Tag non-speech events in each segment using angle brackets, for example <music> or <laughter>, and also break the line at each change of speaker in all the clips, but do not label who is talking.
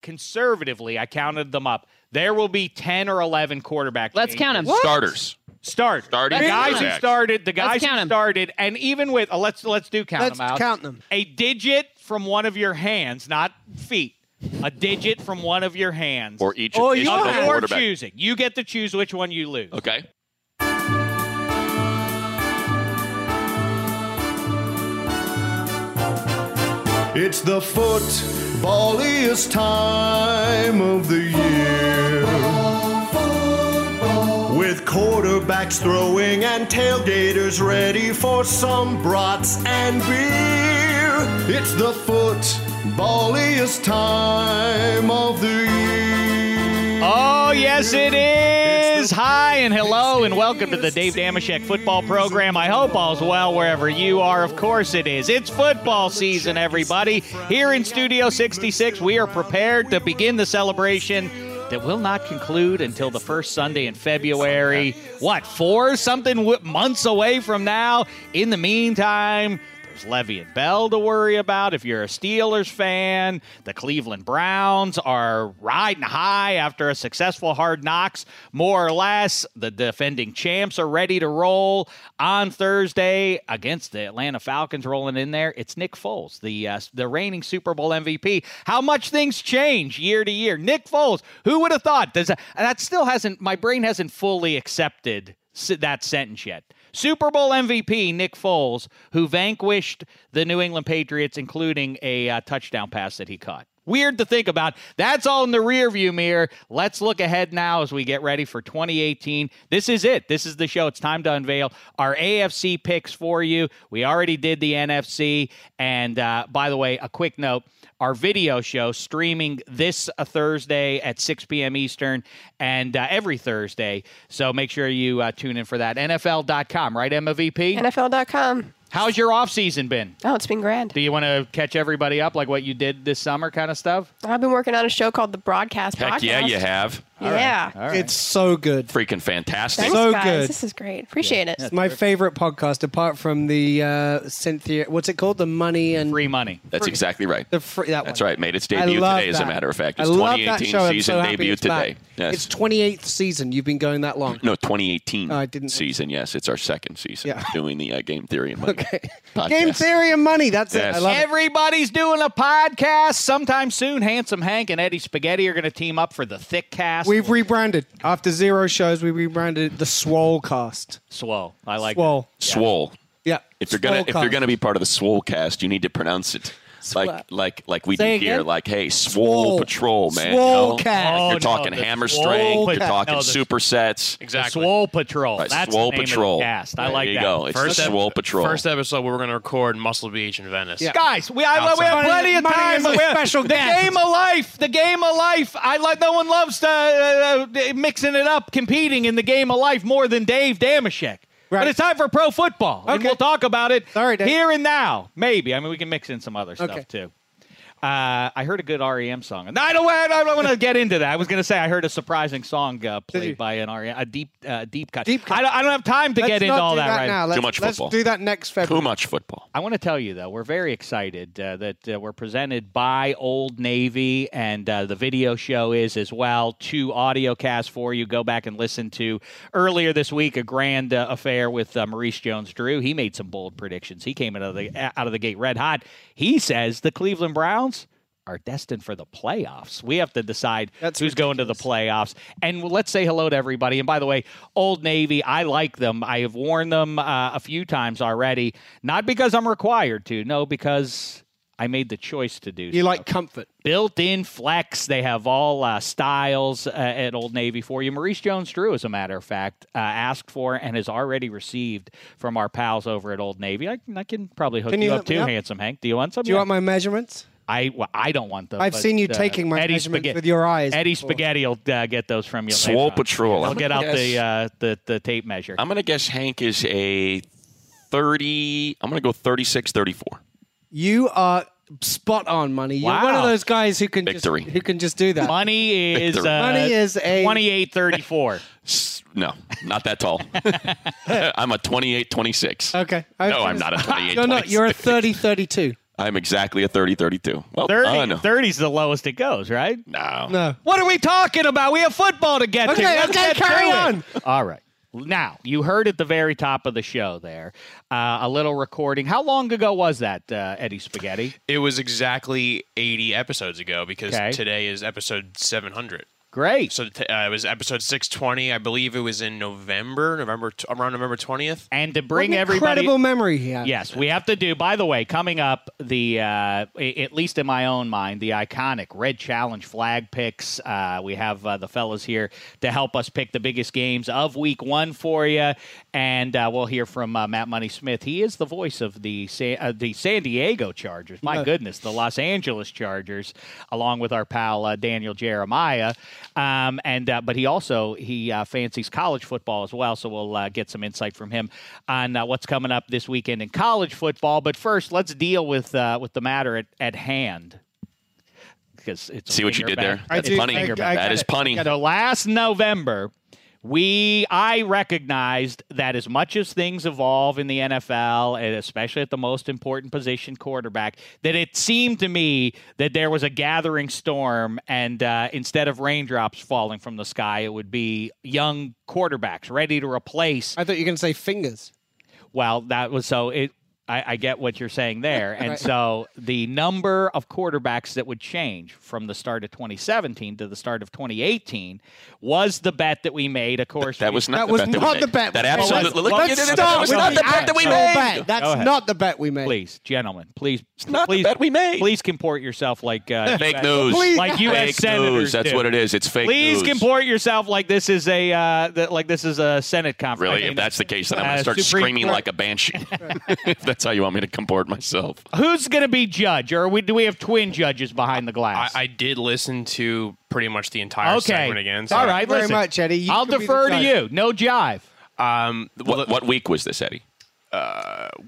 Conservatively, I counted them up. There will be 10 or 11 quarterback.
Let's count 'em.
changes.
What?
Starters.
Start.
Starting
the guys who
quarterbacks.
started, the guys who
count 'em.
started, and even with, uh, let's let's do count
Let's
them out.
count them.
a digit from one of your hands, not feet. A digit from one of your hands.
Or each
Oh,
of each
you
of the
have-
of your
quarterback.
choosing. You get to choose which one you lose.
Okay.
It's the footballiest time of the year. With quarterbacks throwing and tailgaters ready for some brats and beer. It's the footballiest time of the year.
Oh, yes, it is. Hi and hello, and welcome to the Dave Damashek football program. I hope all's well wherever you are. Of course, it is. It's football season, everybody. Here in Studio 66, we are prepared to begin the celebration that will not conclude until the first Sunday in February. What, four something w- months away from now? In the meantime, there's Levy and Bell to worry about if you're a Steelers fan. The Cleveland Browns are riding high after a successful hard knocks, more or less. The defending champs are ready to roll on Thursday against the Atlanta Falcons rolling in there. It's Nick Foles, the uh, the reigning Super Bowl MVP. How much things change year to year. Nick Foles, who would have thought? Does that, that still hasn't my brain hasn't fully accepted s- that sentence yet. Super Bowl MVP Nick Foles, who vanquished the New England Patriots, including a uh, touchdown pass that he caught. Weird to think about. That's all in the rearview mirror. Let's look ahead now as we get ready for 2018. This is it. This is the show. It's time to unveil our AFC picks for you. We already did the NFC. And uh, by the way, a quick note our video show streaming this uh, Thursday at 6 p.m. Eastern and uh, every Thursday. So make sure you uh, tune in for that. NFL.com, right, MVP?
NFL.com.
How's your offseason been?
Oh, it's been grand.
Do you want to catch everybody up like what you did this summer kind of stuff?
I've been working on a show called The Broadcast
Heck
Podcast.
yeah, you have.
Yeah.
It's so good.
Freaking fantastic.
Thanks,
So
guys.
good.
This is great. Appreciate it.
It's my favorite podcast, apart from the uh, Cynthia. What's it called? The Money and
Free money.
That's exactly right.
the free, that
That's
one.
right. Made its
I
debut
love
today, as a
that.
matter of fact.
I
Its
love
2018
that show. I'm
season
so happy
debut
it's
today.
back.
Yes.
It's 28th season. You've been going that
<laughs>
long. <laughs>
no, 2018
Oh, I didn't-
season. Yes, it's our second season
Yeah.
doing the uh, game theory. And money
Okay.
podcast.
Game theory and money. That's
Yes.
it. I love it.
Everybody's doing a podcast sometime soon. Handsome Hank and Eddie Spaghetti are going to team up for the thick cast.
We've rebranded. After zero shows, we rebranded it the Swole Cast.
swole. I like
Swole.
that.
Swole.
Yeah.
If you're gonna if you're
Swolecast.
gonna be part of the Swole cast, you need to pronounce it like like like we
Say
do here.
again?
Like, hey, Swole,
Swole.
Patrol, man.
Swole
you know?
cast.
Oh, no,
You're talking
the
hammer
Swole
strength. You're
cast.
talking
No, the-
supersets.
Exactly.
Exactly.
Swole Patrol.
Right,
That's
Swole
the name Of
Patrol.
the cast. I
There
like
you
that.
go. It's
First
the
ep-
Swole Patrol.
First episode, we were going to record Muscle Beach in Venice.
Yeah.
Guys, we, I, we have
Outside.
plenty of
Money
time.
is a
We have-
special
the
guest.
game of life. The game of life. I like. No one loves to, uh, uh, mixing it up, competing in the game of life more than Dave Damashek.
Right.
But it's time for pro football, and
Okay.
we'll talk about it
All right, Dave.
here and now. Maybe. I mean, we can mix in some other stuff
Okay.
too. Uh, I heard a good REM song. And I don't. I don't want to get into that. I was going to say I heard a surprising song uh,
you?
played by an REM, a deep, uh, deep cut.
Deep cut.
I, don't, I don't have time to
Let's
get into
not
all
do
that, right
now. Let's,
much football.
Let's do that next
Too
February.
much football.
I want to tell you though, we're very excited uh, that uh, we're presented by Old Navy, and uh, the video show is as well. Two audio casts for you. Go back and listen to earlier this week a grand uh, affair with uh, Maurice Jones-Drew. He made some bold predictions. He came out of the out of the gate red hot. He says the Cleveland Browns are destined for the playoffs. We have to decide
That's
who's going to the playoffs. And let's say hello to everybody. And by the way, Old Navy, I like them. I have worn them uh, a few times already, not because I'm required to, no, because I made the choice to do.
You
so.
like comfort.
built-in flex. They have all uh, styles uh, at Old Navy for you. Maurice Jones-Drew, as a matter of fact, uh, asked for and has already received from our pals over at Old Navy. I, I can probably hook
Can
you
you
up
hook me
too,
up?
handsome Hank. Do you want some?
Do you want my measurements?
I well, I don't want them.
I've
but,
seen you
uh,
taking my
Eddie
measurements
Spaghetti-
with your eyes.
Eddie
before.
Spaghetti will uh, get those from you.
Swole
later on.
Patrol.
He'll get out the
Yes.
uh, the the tape measure.
I'm going to guess Hank is a 30. I'm going to go 36, 34.
You are spot on, money. You're one
Wow.
of those guys who can
Victory.
just who can just do that.
Money is uh,
Victory.
Money is a-
2834.
S- No, not that tall. <laughs> I'm a 28, 26.
Okay.
No, I'm not a 28.
You're not. You're a 30, 32.
I'm exactly a 30, 32. Well,
30
done.
30 is the lowest it goes, right?
No.
No.
What are we talking about? We have football to get to.
Okay,
Let's
okay,
get
carry
to it.
on.
All right. Now, you heard at the very top of the show there uh, a little recording. How long ago was that, uh, Eddie Spaghetti?
It was exactly 80 episodes ago because
Okay.
today is episode 700.
Great.
So t- uh, it was episode 620. I believe it was in November, November t- around November 20th.
and to
What
bring
an
everybody
Incredible memory he had.
Yes, we have to do. By the way, coming up, the uh, a- at least in my own mind, the iconic red challenge flag picks. Uh, we have uh, the fellas here to help us pick the biggest games of Week One for you, and uh, we'll hear from uh, Matt Money Smith. He is the voice of the San, uh, the San Diego Chargers. My goodness, the Los Angeles Chargers, along with our pal uh, Daniel Jeremiah, um, and uh, but he also he uh, fancies college football as well. So we'll uh, get some insight from him on uh, what's coming up this weekend in college football. But first, let's deal with uh, with the matter at, at hand. Because it's a
See what you
finger
did
back-
there?
I
That's
do-
punny.
I- I got
that is
it.
punny.
yeah, the last November, we I recognized that as much as things evolve in the NFL, and especially at the most important position, quarterback, that it seemed to me that there was a gathering storm, and uh, instead of raindrops falling from the sky, it would be young quarterbacks ready to replace
I thought you were going to say fingers.
well, that was so it. I, I get what you're saying there, and so the number of quarterbacks that would change from the start of 2017 to the start of 2018 was the bet that we made. Of course,
That
we-
was not
That
the
was
bet
not
we
the
made.
bet we
That
made. Well,
absolutely.
let's-
look,
let's
it- it- it-
start
that was
with
not
the
the bet that we
actual
made.
Bet.
Go
That's
ahead.
not the bet we made.
please, gentlemen, please,
not the
please,
bet we made.
Please comport yourself like uh,
Fake
US
news.
Please.
like U.S.
Fake
senators.
news. That's
do.
what it is. It's fake
Please
news.
comport yourself like this is a uh, th- like this is a Senate conference.
Really,
I
if
mean,
that's the case, then I'm going
uh,
to start
Supreme
screaming
Court.
like a banshee. <laughs> if that's how you want me to comport myself.
who's going to be judge, or we, do we have twin judges behind the
I,
glass?
I did listen to pretty much the entire segment again. so-
All right,
very
listen.
much, Eddie. You
I'll
could be the
defer to
judge.
you. No jive.
Um, well,
What, what week was this, Eddie?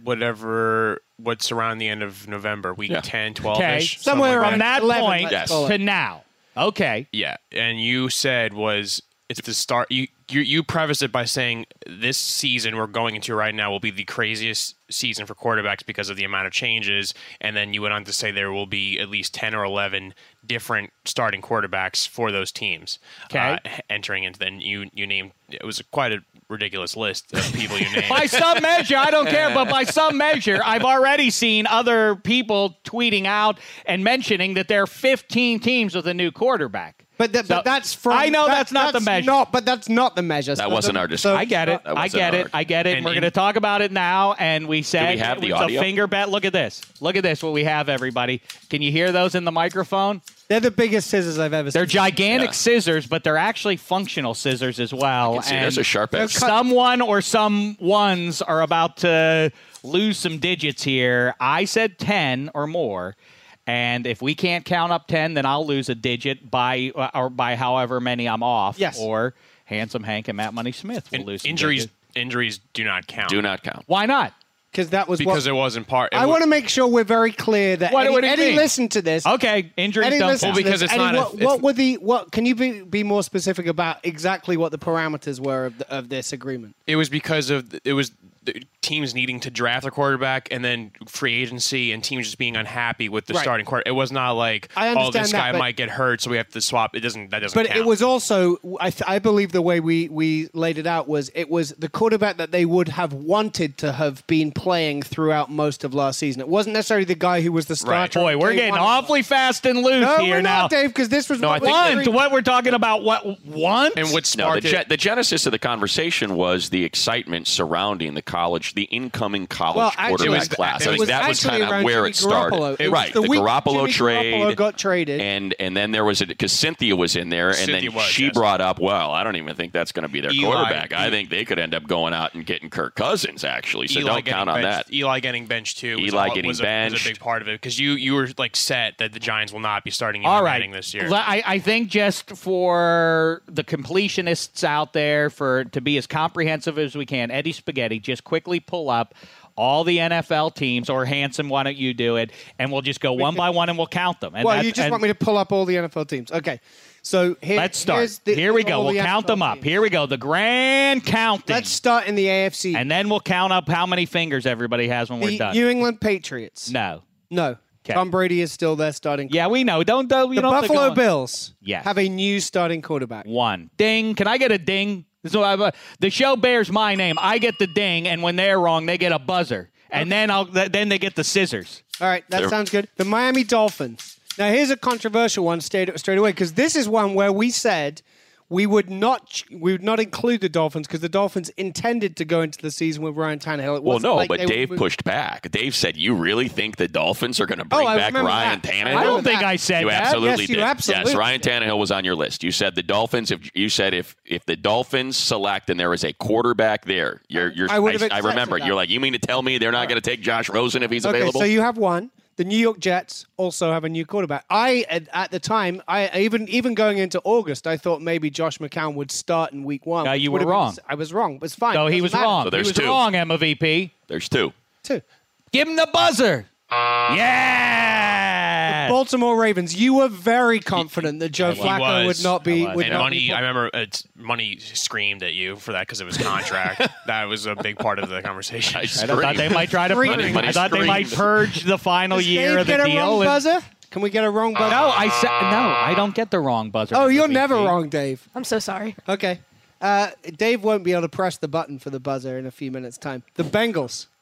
whatever, what's around the end of November, week
Yeah.
10, 12
Okay,
ish.
Somewhere
from
around
that
11,
point
let's
call
to now. Okay,
Yeah, and you said was it's the start. You you you preface it by saying this season we're going into right now will be the craziest season for quarterbacks because of the amount of changes, and then you went on to say there will be at least ten or eleven different starting quarterbacks for those teams. uh,
Okay.
entering into then you you named it was quite a ridiculous list of
<laughs>
people you named.
by some measure, I don't care, but by some measure, I've already seen other people tweeting out and mentioning that there are 15 teams with a new quarterback.
But, th-
So-
but that's from.
I know
that-
that's not the measure.
Not, but that's not the measure.
That
So
wasn't
the-
our
so-
discussion.
I get it.
That
I
wasn't
get it.
hard.
I get it.
And-
We're going to
and-
talk about it now. And we said
we have the
it's
audio?
a finger bet. Look at this. Look at this. What we have, everybody. Can you hear those in the microphone?
They're the biggest scissors I've ever
They're
seen.
gigantic
Yeah.
scissors, but they're actually functional scissors as well.
See,
and
there's a sharp edge.
cut-
someone or some ones are about to lose some digits here. I said 10 or more. And if we can't count up 10, then I'll lose a digit by uh, or by however many I'm off.
Yes.
Or Handsome Hank and Matt Money Smith will
And
lose some
injuries.
digits.
Injuries do not count.
Do not count.
Why not?
Because that was
because
what.
it wasn't part. it
I
wa-
want to make sure we're very clear that
What-
Eddie,
what do you
Eddie
mean?
listened to this.
Okay, injuries
Eddie,
don't
listen
count.
to
Well, because
this.
it's
Eddie,
not a-
what,
it's-
what were the what? Can you be, be more specific about exactly what the parameters were of, the, of this agreement?
It was because of it was the teams needing to draft their quarterback and then free agency and teams just being unhappy with the
Right.
starting quarter. It was not like
I
oh
understand
this
that,
guy
but-
might get hurt so we have to swap. It doesn't that doesn't.
But it
count.
was also, I, th- I believe, the way we we laid it out was it was the quarterback that they would have wanted to have been playing throughout most of last season. It wasn't necessarily the guy who was the starter.
<laughs> Boy, we're
day
getting
one.
awfully fast and loose
No,
here
we're
now.
not, Dave, because this was
I
what
think
we
One,
agreed
to what we're talking about, what one?
and what
No, the,
sparked
ge-
it.
the genesis of the conversation was the excitement surrounding the college, the incoming college
Well, actually,
quarterback
it was-
class.
it
I think
was
that was
actually
kind of
around
where
Jimmy
it started.
Garoppolo. It was
right,
the
the,
week
Garoppolo
Jimmy
trade
Garoppolo got traded.
and and then there was it because Cynthia was in there, and
Cynthia
then
was,
she
yes.
brought up, well, I don't even think that's going to be their
Eli.
quarterback. I
E-,
Eli.
think they could end up going out and getting Kirk Cousins actually. So
Eli
don't
getting
count on
benched,
that.
Eli getting benched too. was
Eli
all-
getting
was a, was a
benched.
big part of it because you you were like set that the Giants will not be starting Eli
All right.
Manning this year.
Le- I, I think just for the completionists out there, for to be as comprehensive as we can, Eddie Spaghetti, just quickly pull up all the NFL teams, or Hanson, why don't you do it? And we'll just go one by one and we'll count them. And
well,
that's-
you just
and
want me to pull up all the NFL teams. Okay. So here,
Let's start.
here's the-
Here we go.
all
We'll
the
count
NFL
them up.
teams.
Here we go. The grand counting.
Let's start in the AFC.
and then we'll count up how many fingers everybody has when we're
the
done.
New England Patriots.
no.
No.
Okay.
Tom Brady is still their starting
Yeah, we know. Don't, don't you
The
don't have to go
Buffalo
on-
Bills
Yes.
have a new starting quarterback.
one. Ding. Can I get a ding? So I, uh, the show bears my name. I get the ding, and when they're wrong, they get a buzzer, and then I'll th- then they get the scissors.
All right, that
There-
sounds good. The Miami Dolphins. Now, here's a controversial one straight, straight away because this is one where we said we would not ch- we would not include the Dolphins because the Dolphins intended to go into the season with Ryan Tannehill. It
Well,
wasn't
no,
like
but
they would
Dave
move-
pushed back. Dave said, "You really think the Dolphins are going to bring
I
back
remember
Ryan
that.
Tannehill?"
I
I
know
don't think
that.
I said
You
that.
absolutely
Yes, you
did.
absolutely
yes, Ryan Tannehill was on your list. You said the Dolphins. If you said if if the Dolphins select and there is a quarterback there, you're you're.
I would have accepted
remember.
that. Uh,
You're like, you mean to tell me they're not going to take Josh Rosen if he's
Okay,
available?
so you have one. The New York Jets also have a new quarterback. I at, at the time, I even even going into August, I thought maybe Josh McCown would start in Week One.
No,
which
you
would
were
have been-
wrong.
I was wrong. It's fine.
So he
Doesn't
was
matter.
wrong.
So
he
there's
was
two.
wrong, Emma VP.
There's two.
Two.
Give him the buzzer.
Uh,
yeah.
Baltimore Ravens. You were very confident that Joe
He
Flacco
was.
would not be.
I was.
Would
and
not
money,
be
I remember uh, money screamed at you for that because of his contract. that was a big part of the conversation. <laughs>
I
I thought they might try to.
Three.
purge-
Money
I thought they might
screams.
purge the final
Does
year
Dave
of the
get a
deal.
wrong
and-
buzzer? Can we get a wrong buzzer?
No, I said no. I don't get the wrong buzzer.
oh,
Emma
you're
VP.
never wrong, Dave.
I'm so sorry.
Okay. Uh, Dave won't be able to press the button for the buzzer in a few minutes' time. The Bengals.
<laughs>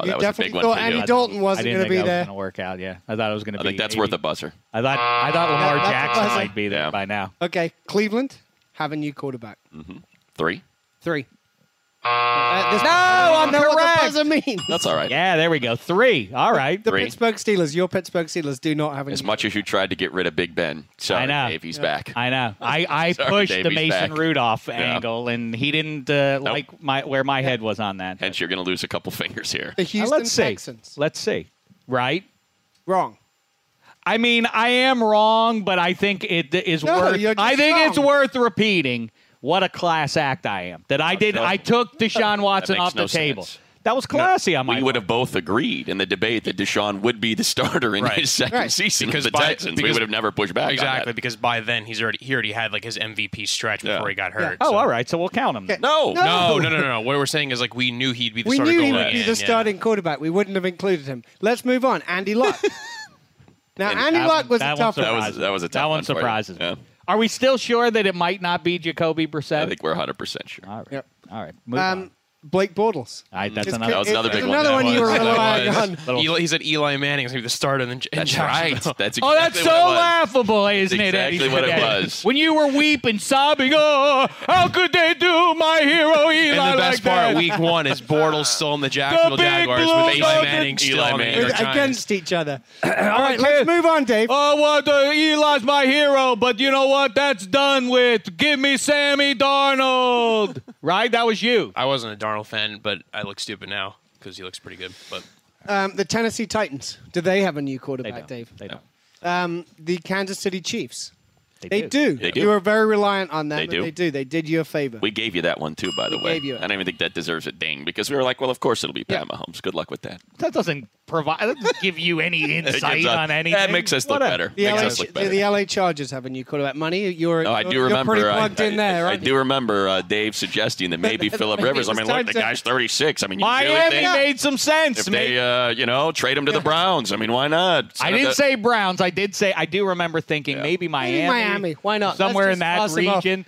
Oh,
you
that was a
definitely
big one
thought
for
Andy
you.
Dalton
I
wasn't
didn't
going to
think that
be there.
was going to work out. Yeah, I thought it was going to
I
be.
think that's
80.
worth a buzzer.
I thought I thought Lamar
Uh, that's a
Jackson
buzzer.
might be there
Yeah.
by now.
Okay, Cleveland have a new quarterback.
Three.
Three. Uh, no, I
I'm
know what
correct.
the buzzer means.
That's all right.
Yeah, there we go. Three. All right.
The
Three.
Pittsburgh Steelers, your Pittsburgh Steelers, do not have a
As
new-
much as you tried to get rid of Big Ben, sorry,
I know.
Dave, he's back.
I
<laughs>
know. I, I
Sorry,
pushed
Dave,
the
he's
Mason
back.
Rudolph angle, and he didn't uh, like my where my head was on that.
Hence, you're going to lose a couple <laughs> fingers here.
The
Uh,
Houston
let's see.
Texans.
Let's see. Right.
Wrong.
I mean, I am wrong, but I think it is
No,
worth.
you're just
I think it's
wrong.
worth repeating. What a class act I am that I did.
sure.
I took Deshaun Watson
makes
off the
no
table.
sense.
That was classy on my.
We would have both agreed in the debate that Deshaun would be the starter in
Right.
his second
<laughs>
Right.
season
Because
with the
by-
Texans. we
because-
would have never pushed back. on
exactly
that.
because by then he's already he already had like his MVP stretch
Yeah.
before he got hurt.
Oh,
so-
all right. So we'll count them.
No,
No.
No, no, no, no, no. What we're saying is like we knew he'd be the
We
starter
knew he
going
would be
in,
the
yeah.
starting quarterback. We wouldn't have included him. Let's move on. Andy <laughs> Luck. now, Andy
That
Luck
one-
was
that one
a tough
That
one.
was- that was a tough
That
one
one
for you.
surprises me.
Yeah.
Are we still sure that it might not be Jacoby Brissett?
I think we're 100% sure.
all right.
Yep.
All right. Move on.
Um, Blake Bortles.
All right. Ah, That's
It's-
another.
That was
it's-
another
it's
big one.
another
That
one you were
was-
relying
<laughs> That
on.
was- Eli, he said Eli Manning is going to be the starter. In, in
That's right.
Jacksonville.
That's exactly
Oh, that's so
what it was.
laughable, isn't it?
exactly
Eddie
what it
Spaghetti?
was.
When you were weeping, sobbing, oh, how could they do my hero Eli
<laughs> And the
like
best
that?
part, week one, is Bortles still in the Jacksonville
big
Jaguars with
blue
Eli
dog
Manning
and-
still
Eli
on the New
Manning.
York Giants.
Against each other. All right, let's move on, Dave.
Oh, what the Eli's my hero, but you know what? That's done with. Give me Sammy Darnold. <laughs> right? That was you.
I wasn't a Darnold fan, but I look stupid now because he looks pretty good. But
Um, the Tennessee Titans. Do they have a new
They
quarterback,
don't.
Dave?
They don't.
Um, the Kansas City Chiefs. They,
do.
do.
They do.
You were very reliant on them.
They
but
do.
They do. They did you a favor.
We gave you that one, too, by the way.
gave you it.
I don't even think that deserves a ding because we were like, well, of course it'll be Pat Mahomes. Good luck with that.
That doesn't provide. That doesn't give you any
<laughs> It gives
insight
us-
on anything.
That makes us look
Whatever.
better.
the,
makes
LA,
us look
the,
better.
the LA Chargers have a new quarterback. Money, you're,
Oh, I
you're,
do remember.
you're pretty
I-
plugged
I,
in there,
I
right?
do remember uh, Dave suggesting that
<laughs>
maybe Philip
maybe
Rivers. I
it
mean,
was
look, the
time to-
guy's 36. I mean, you really
Miami
think
made some sense.
if
mate.
they, uh, you know, trade him to the Browns? I mean, why not?
I
Send him
didn't
to-
say Browns. I did say I do remember thinking maybe Miami.
Miami. Why not? Let's
Somewhere in
just
that
toss 'em off.
region.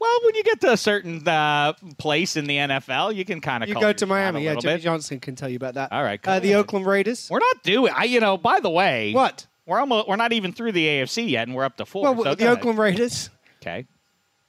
Well, when you get to a certain uh, place in the NFL, you can kind of
You
call
go
your
to
shot
Miami.
a
Yeah,
little
Jimmy
bit.
Johnson can tell you about that.
All right,
Uh, the
cool.
Oakland Raiders.
We're not doing. I, you know, by the way,
What?
We're almost. We're not even through the AFC yet, and we're up to four.
Well,
so
the
go ahead.
Oakland Raiders.
Okay.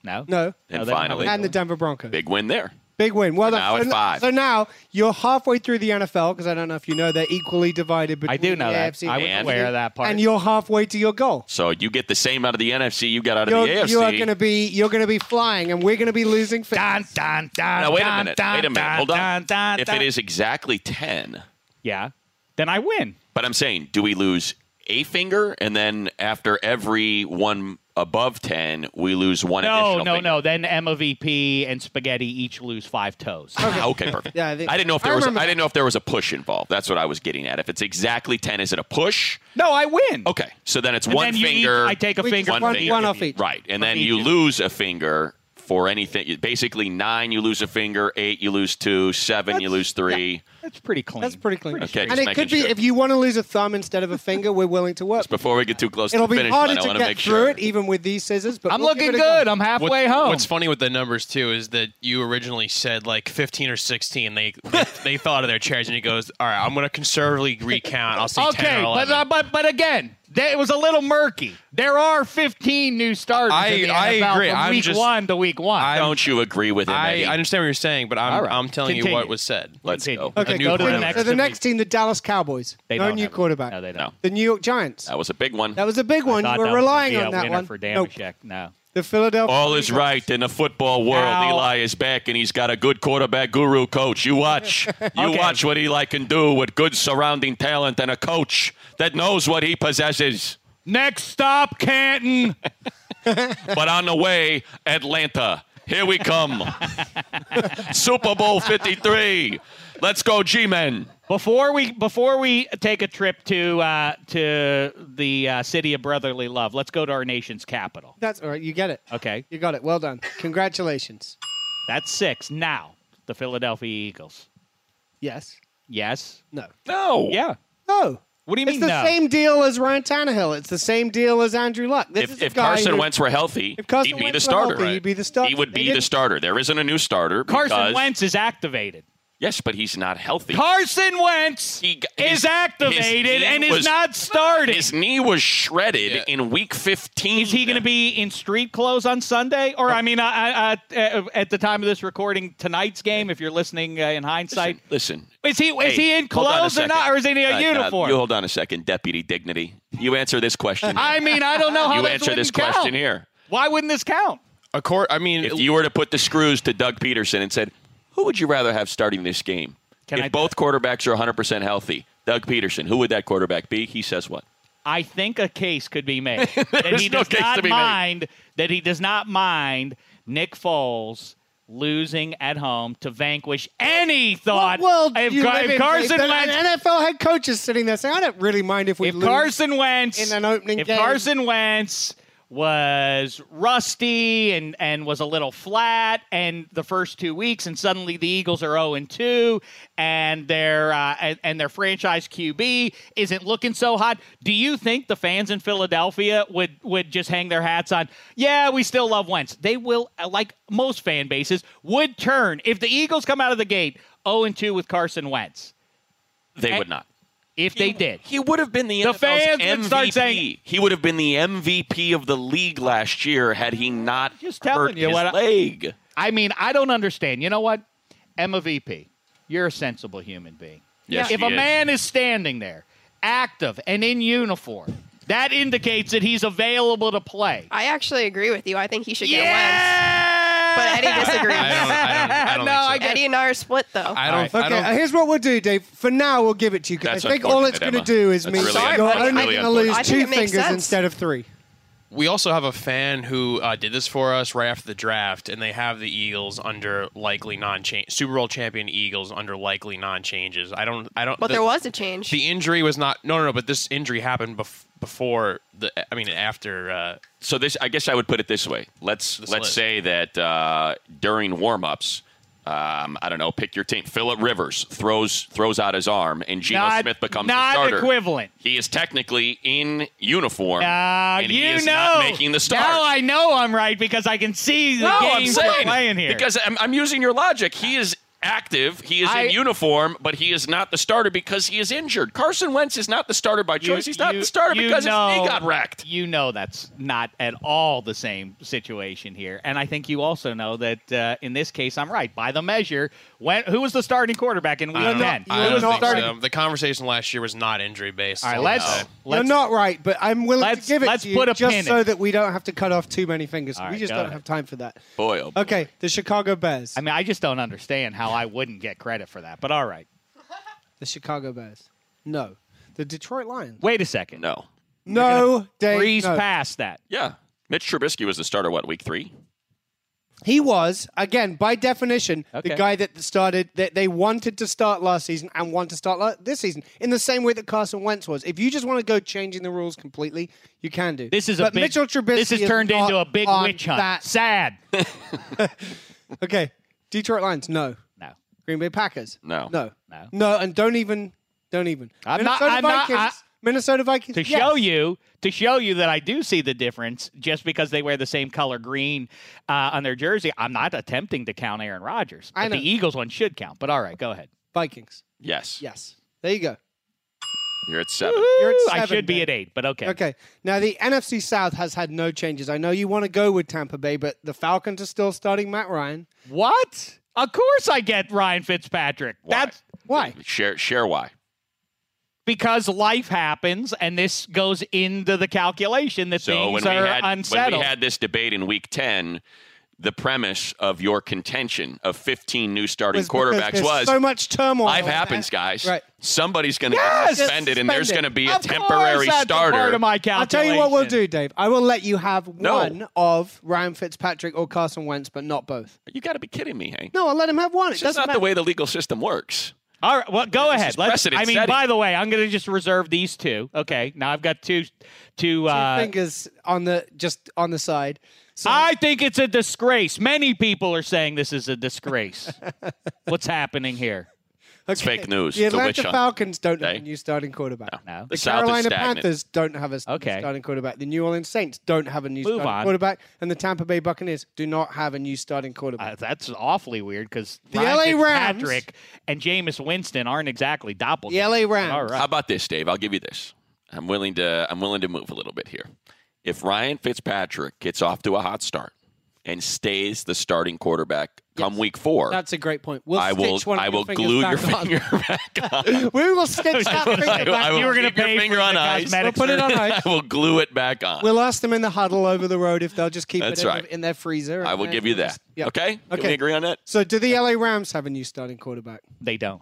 No.
No.
And
they don't have
finally-
a-
And the Denver Broncos.
Big win there.
Big win. Well,
now
so,
at five.
so now you're halfway through the NFL because I don't know if you know they're equally divided between
I do know
the
that.
AFC
I was
and-
aware of that part.
and you're halfway to your goal.
So you get the same out of the NFC you got out of
You're,
the AFC.
you are going to be you're going to be flying, and we're going to be losing. Fans.
Dun, dun, dun,
now wait a
dun,
minute.
dun,
wait a minute.
dun,
Hold on.
dun, dun,
if
dun.
it is exactly ten,
yeah, then I win.
but I'm saying, do we lose a finger and then after every one above ten, we lose one
No,
additional
no,
finger?
no. Then Emma VP and Spaghetti each lose five
<laughs>
toes.
Ah, okay, perfect.
Yeah,
I,
I think-
didn't know if there
I
was.
remember
I didn't know if there was a push involved. That's what I was getting at. If it's exactly ten, is it a push?
no, I win.
Okay, so then it's
And
one
then you
finger.
each- I take a
We-
finger.
One
finger.
one off each.
Right, and then
each
you
of
lose a finger for anything. You- Basically, nine, you lose a finger. Eight, you lose two. Seven, you lose three.
That's pretty clean.
That's pretty clean.
Okay,
and
just
it could
making
be
sure.
if you want to lose a thumb instead of a finger, we're willing to work.
Before we get too close
It'll
to the
be
finish
harder
line, I
to
want
get
make
through
sure.
it, even with these scissors. But
I'm
we'll give
looking
it a go.
good. I'm
What-
halfway home.
What's funny with the numbers too is that you originally said like 15 or 16. They
<laughs>
they, they thought of their chairs, and he goes, "All right, I'm going to conservatively recount. I'll say 10
Okay,
or
but,
11."
uh, but but again, they, it was a little murky. There are 15 new starters
I-
in the
I
NFL
agree.
from
I'm
week
just-
one to week one.
I'm-
Don't you agree with him?
I,
Eddie?
I understand what you're saying, but I'm
All right.
I'm telling you
Continue.
what was said.
Let's
Continue.
go.
Okay,
A new
go to the
quarterback.
next.
So
the next team, the Dallas Cowboys.
They
no
don't
new
have a-
quarterback.
No, they don't.
No.
The New York Giants.
That was a big one.
That was a big one.
Thought
You were
that was
relying
gonna be
on
a
that
winner
one.
For
Nope.
Damashek. No.
The Philadelphia.
All is right in the football world.
Now-
Eli is back, and he's got a good quarterback guru coach. You
<laughs>
watch. You
Okay.
watch what Eli can do with good surrounding talent and a coach that knows what he possesses.
Next stop, <laughs> Canton.
But on the way, Atlanta. Here we come.
<laughs>
Super Bowl 53. Let's go, G Men.
Before we before we take a trip to uh, to the uh, city of brotherly love, let's go to our nation's capital.
That's all right. You get it.
Okay,
You got it. Well done. Congratulations.
that's six. Now the Philadelphia Eagles.
Yes.
Yes.
No.
No.
Yeah.
No.
Oh. What do you
It's
mean?
the
no?
same deal as Ryan Tannehill. It's the same deal as Andrew Luck. This is
If,
a
if
guy
Carson
who,
Wentz were healthy,
If Carson
he'd be the
Wentz were
starter.
healthy, he'd be the starter.
He would
They
be the
didn't-
starter. There isn't a new starter.
Carson
because-
Wentz is activated.
Yes, but he's not healthy.
Carson Wentz
He g- his-
is
his
activated
knee
and is
was-
not starting.
His knee was shredded
Yeah.
in week 15.
Is he going to be in street clothes on Sunday? Or I mean, uh, I, I, I, at the time of this recording, tonight's game. If you're listening uh, in hindsight,
Listen. listen.
is he is
Hey,
he in
hold on a
clothes or
second.
not, or is he in a
Uh, uh,
uniform?
you hold on a second, Deputy Dignity. You answer
<laughs>
this question. <laughs>
I mean, I don't know how
you
this
answer this
wouldn't count.
question here.
Why wouldn't this count?
A court. I mean,
If you were to put the screws to Doug Peterson and said, "Who would you rather have starting this game?"
Can
if
I-
both quarterbacks are 100% healthy, Doug Peterson, who would that quarterback be? He says what?
I think a case could be made that he
no
does
case to
not
be made.
mind that he does not mind Nick Foles losing at home to vanquish any thought.
What world
if,
do you
Car-
live
if
in,
Carson
Dave, that
Wentz
an NFL head coach is sitting there saying, "I don't really mind if we
if
lose."
Carson Wentz
in an opening
if
game.
Carson Wentz was rusty and and was a little flat and the first two weeks and suddenly the Eagles are 0 and 2 and their uh, and, and their franchise QB isn't looking so hot do you think the fans in Philadelphia would would just hang their hats on yeah we still love Wentz they will uh, like most fan bases would turn if the Eagles come out of the gate 0 and 2 with Carson Wentz
They
Eh,
would not.
if they did
He would have been the,
The
NFL's
fans
MVP.
would start saying-
he would have been the MVP of the league last year had he not
Just telling
hurt
you
his
what I-
leg.
I mean, I don't understand. You know what? Emma VP, you're a sensible human being.
Yes,
if
she
a
is.
man is standing there, active and in uniform, that indicates that he's available to play.
I actually agree with you. I think he should get Wentz.
Yeah.
But
<laughs>
Eddie disagrees.
I don't, I don't, I don't
No,
think so.
I get-
Eddie and I are split though.
I don't.
Okay,
I don't,
uh, here's what we'll do, Dave. For now, we'll give it to you because
That's
I think all it's
unfortunate,
going to
Emma.
do is
That's
mean
really
you're
unfortunate.
only
Really
going to lose
unfortunate. I think
two
it makes
fingers
sense.
instead of three.
We also have a fan who uh, did this for us right after the draft, and they have the Eagles under likely non-change Super Bowl champion Eagles under likely non-changes. I don't. I don't.
but
the,
there was a change.
the injury was not. No, no, no. But this injury happened bef- before the. I mean, after. Uh,
so this I guess I would put it this way. Let's
This
let's
list.
say that uh, during warm-ups um, I don't know. Pick your team. Philip Rivers throws throws out his arm, and Geno
Not-
Smith becomes
not
the starter.
equivalent.
He is technically in uniform,
Uh,
and
you
he is
know.
not making the start.
Now I know I'm right because I can see the
no, I'm
games we're
saying
playing here.
because I'm, I'm using your logic. He is active. He is
I-
in uniform, but he is not the starter because he is injured. Carson Wentz is not the starter by
You-
choice. He's not
you-
the starter
you
because his
know-
knee got wrecked.
You know that's not at all the same situation here, and I think you also know that uh, in this case I'm right by the measure. When who was the starting quarterback in week
I don't,
ten?
I
Who
don't
was the
think
starting?
so. The conversation last year was not injury based.
All right, let's
You're
let's
not right, but I'm willing
let's-
to give it
let's
to you
put a
just
pin
so
in.
that we don't have to cut off too many fingers.
All
we
right,
just
go
don't
ahead.
have time for that.
Boy, oh boy.
Okay, the Chicago Bears.
I mean, I just don't understand how I wouldn't get credit for that. But all right,
the Chicago Bears. No. The Detroit Lions.
wait a second.
No.
no, Dave.
Breeze
no.
past that.
Yeah. Mitch Trubisky was the starter, what, week three?
He was, again, by definition,
Okay.
the guy that started, that they wanted to start last season and want to start la- this season in the same way that Carson Wentz was. If you just want to go changing the rules completely, you can do.
This is
but
a big,
Mitchell Trubisky.
This has
is
turned
not
into a big
on
witch hunt.
that- <laughs>
Sad.
Okay. Detroit Lions, no.
no,
Green Bay Packers,
No.
no.
No.
No, and don't even, don't even.
I'm not-
Minnesota
I'm not-
Vikings. Minnesota
<laughs>
Vikings.
to
yes.
show you to show you that I do see the difference just because they wear the same color green uh, on their jersey. I'm not attempting to count Aaron Rodgers.
I
But the
know.
Eagles one should count. But all right, go <laughs> ahead.
Vikings.
Yes.
Yes. There you go.
You're at seven.
You're at
Woo! I
seven,
should be
Dave.
at eight, but okay.
Okay. Now the NFC South has had no changes. I know you want to go with Tampa Bay, but the Falcons are still starting Matt Ryan.
What? Of course, I get Ryan Fitzpatrick.
Why?
That's
Why?
Share, share why.
because life happens, and this goes into the calculation that
So when
things
we,
are
had, when
unsettled.
we had this debate in week 10, the premise of your contention of 15 new starting
Was because
quarterbacks
there's
was
so much turmoil.
life happens, guys.
Right.
Somebody's going to
Yes!
get suspended, and there's going to be
Of
a
course
temporary
that's a
starter.
part of my
I'll tell you what we'll
calculation.
do, Dave. I will let you have
No.
one of Ryan Fitzpatrick or Carson Wentz, but not both.
you got to be kidding me, Hank.
No, I'll let him have one. It
It's
doesn't
just not
matter.
the way the legal system works.
All right, well, go ahead.
is
Let's,
precedent
I mean,
setting.
by the way, I'm going to just reserve these two. Okay, now I've got two, two.
Two
Uh,
fingers on the just on the side. So
I think it's a disgrace. Many people are saying this is a
<laughs>
disgrace. What's happening here?
It's fake news.
the
It's a witch
Atlanta
hunt.
Falcons don't have
Okay.
a new starting quarterback.
No.
The
The
South is
Carolina
stagnant.
Panthers don't have a s-
Okay.
starting quarterback. The New Orleans Saints don't have a new
Move
starting
on.
quarterback, and the Tampa Bay Buccaneers do not have a new starting quarterback.
Uh, that's awfully weird because
The LA Rams-
Patrick and Jameis Winston aren't exactly
the
doppelgangers.
LA Rams.
All right.
<laughs>
How about this, Dave? I'll give you this. I'm willing to I'm willing to move a little bit here. If Ryan Fitzpatrick gets off to a hot start and stays the starting quarterback come week four,
That's a great point. We'll
I will
stitch one of
I
your
will
fingers
glue
back
your
on.
finger <laughs> back on.
<laughs> We will stitch
<laughs>
that finger
I will- I
back.
will
you were going to
keep your
pay
finger
for
on
the
ice.
We'll
cosmetic
put it on
surgery.
ice.
I will glue it back on.
We'll ask them in the huddle over the road if they'll just keep
That's
it in,
right.
the- in their freezer.
I
and
will
then
give you
we'll
that.
just- yeah.
Okay? Can
Okay.
we agree on that?
So, do the LA Rams have a new starting quarterback?
They don't.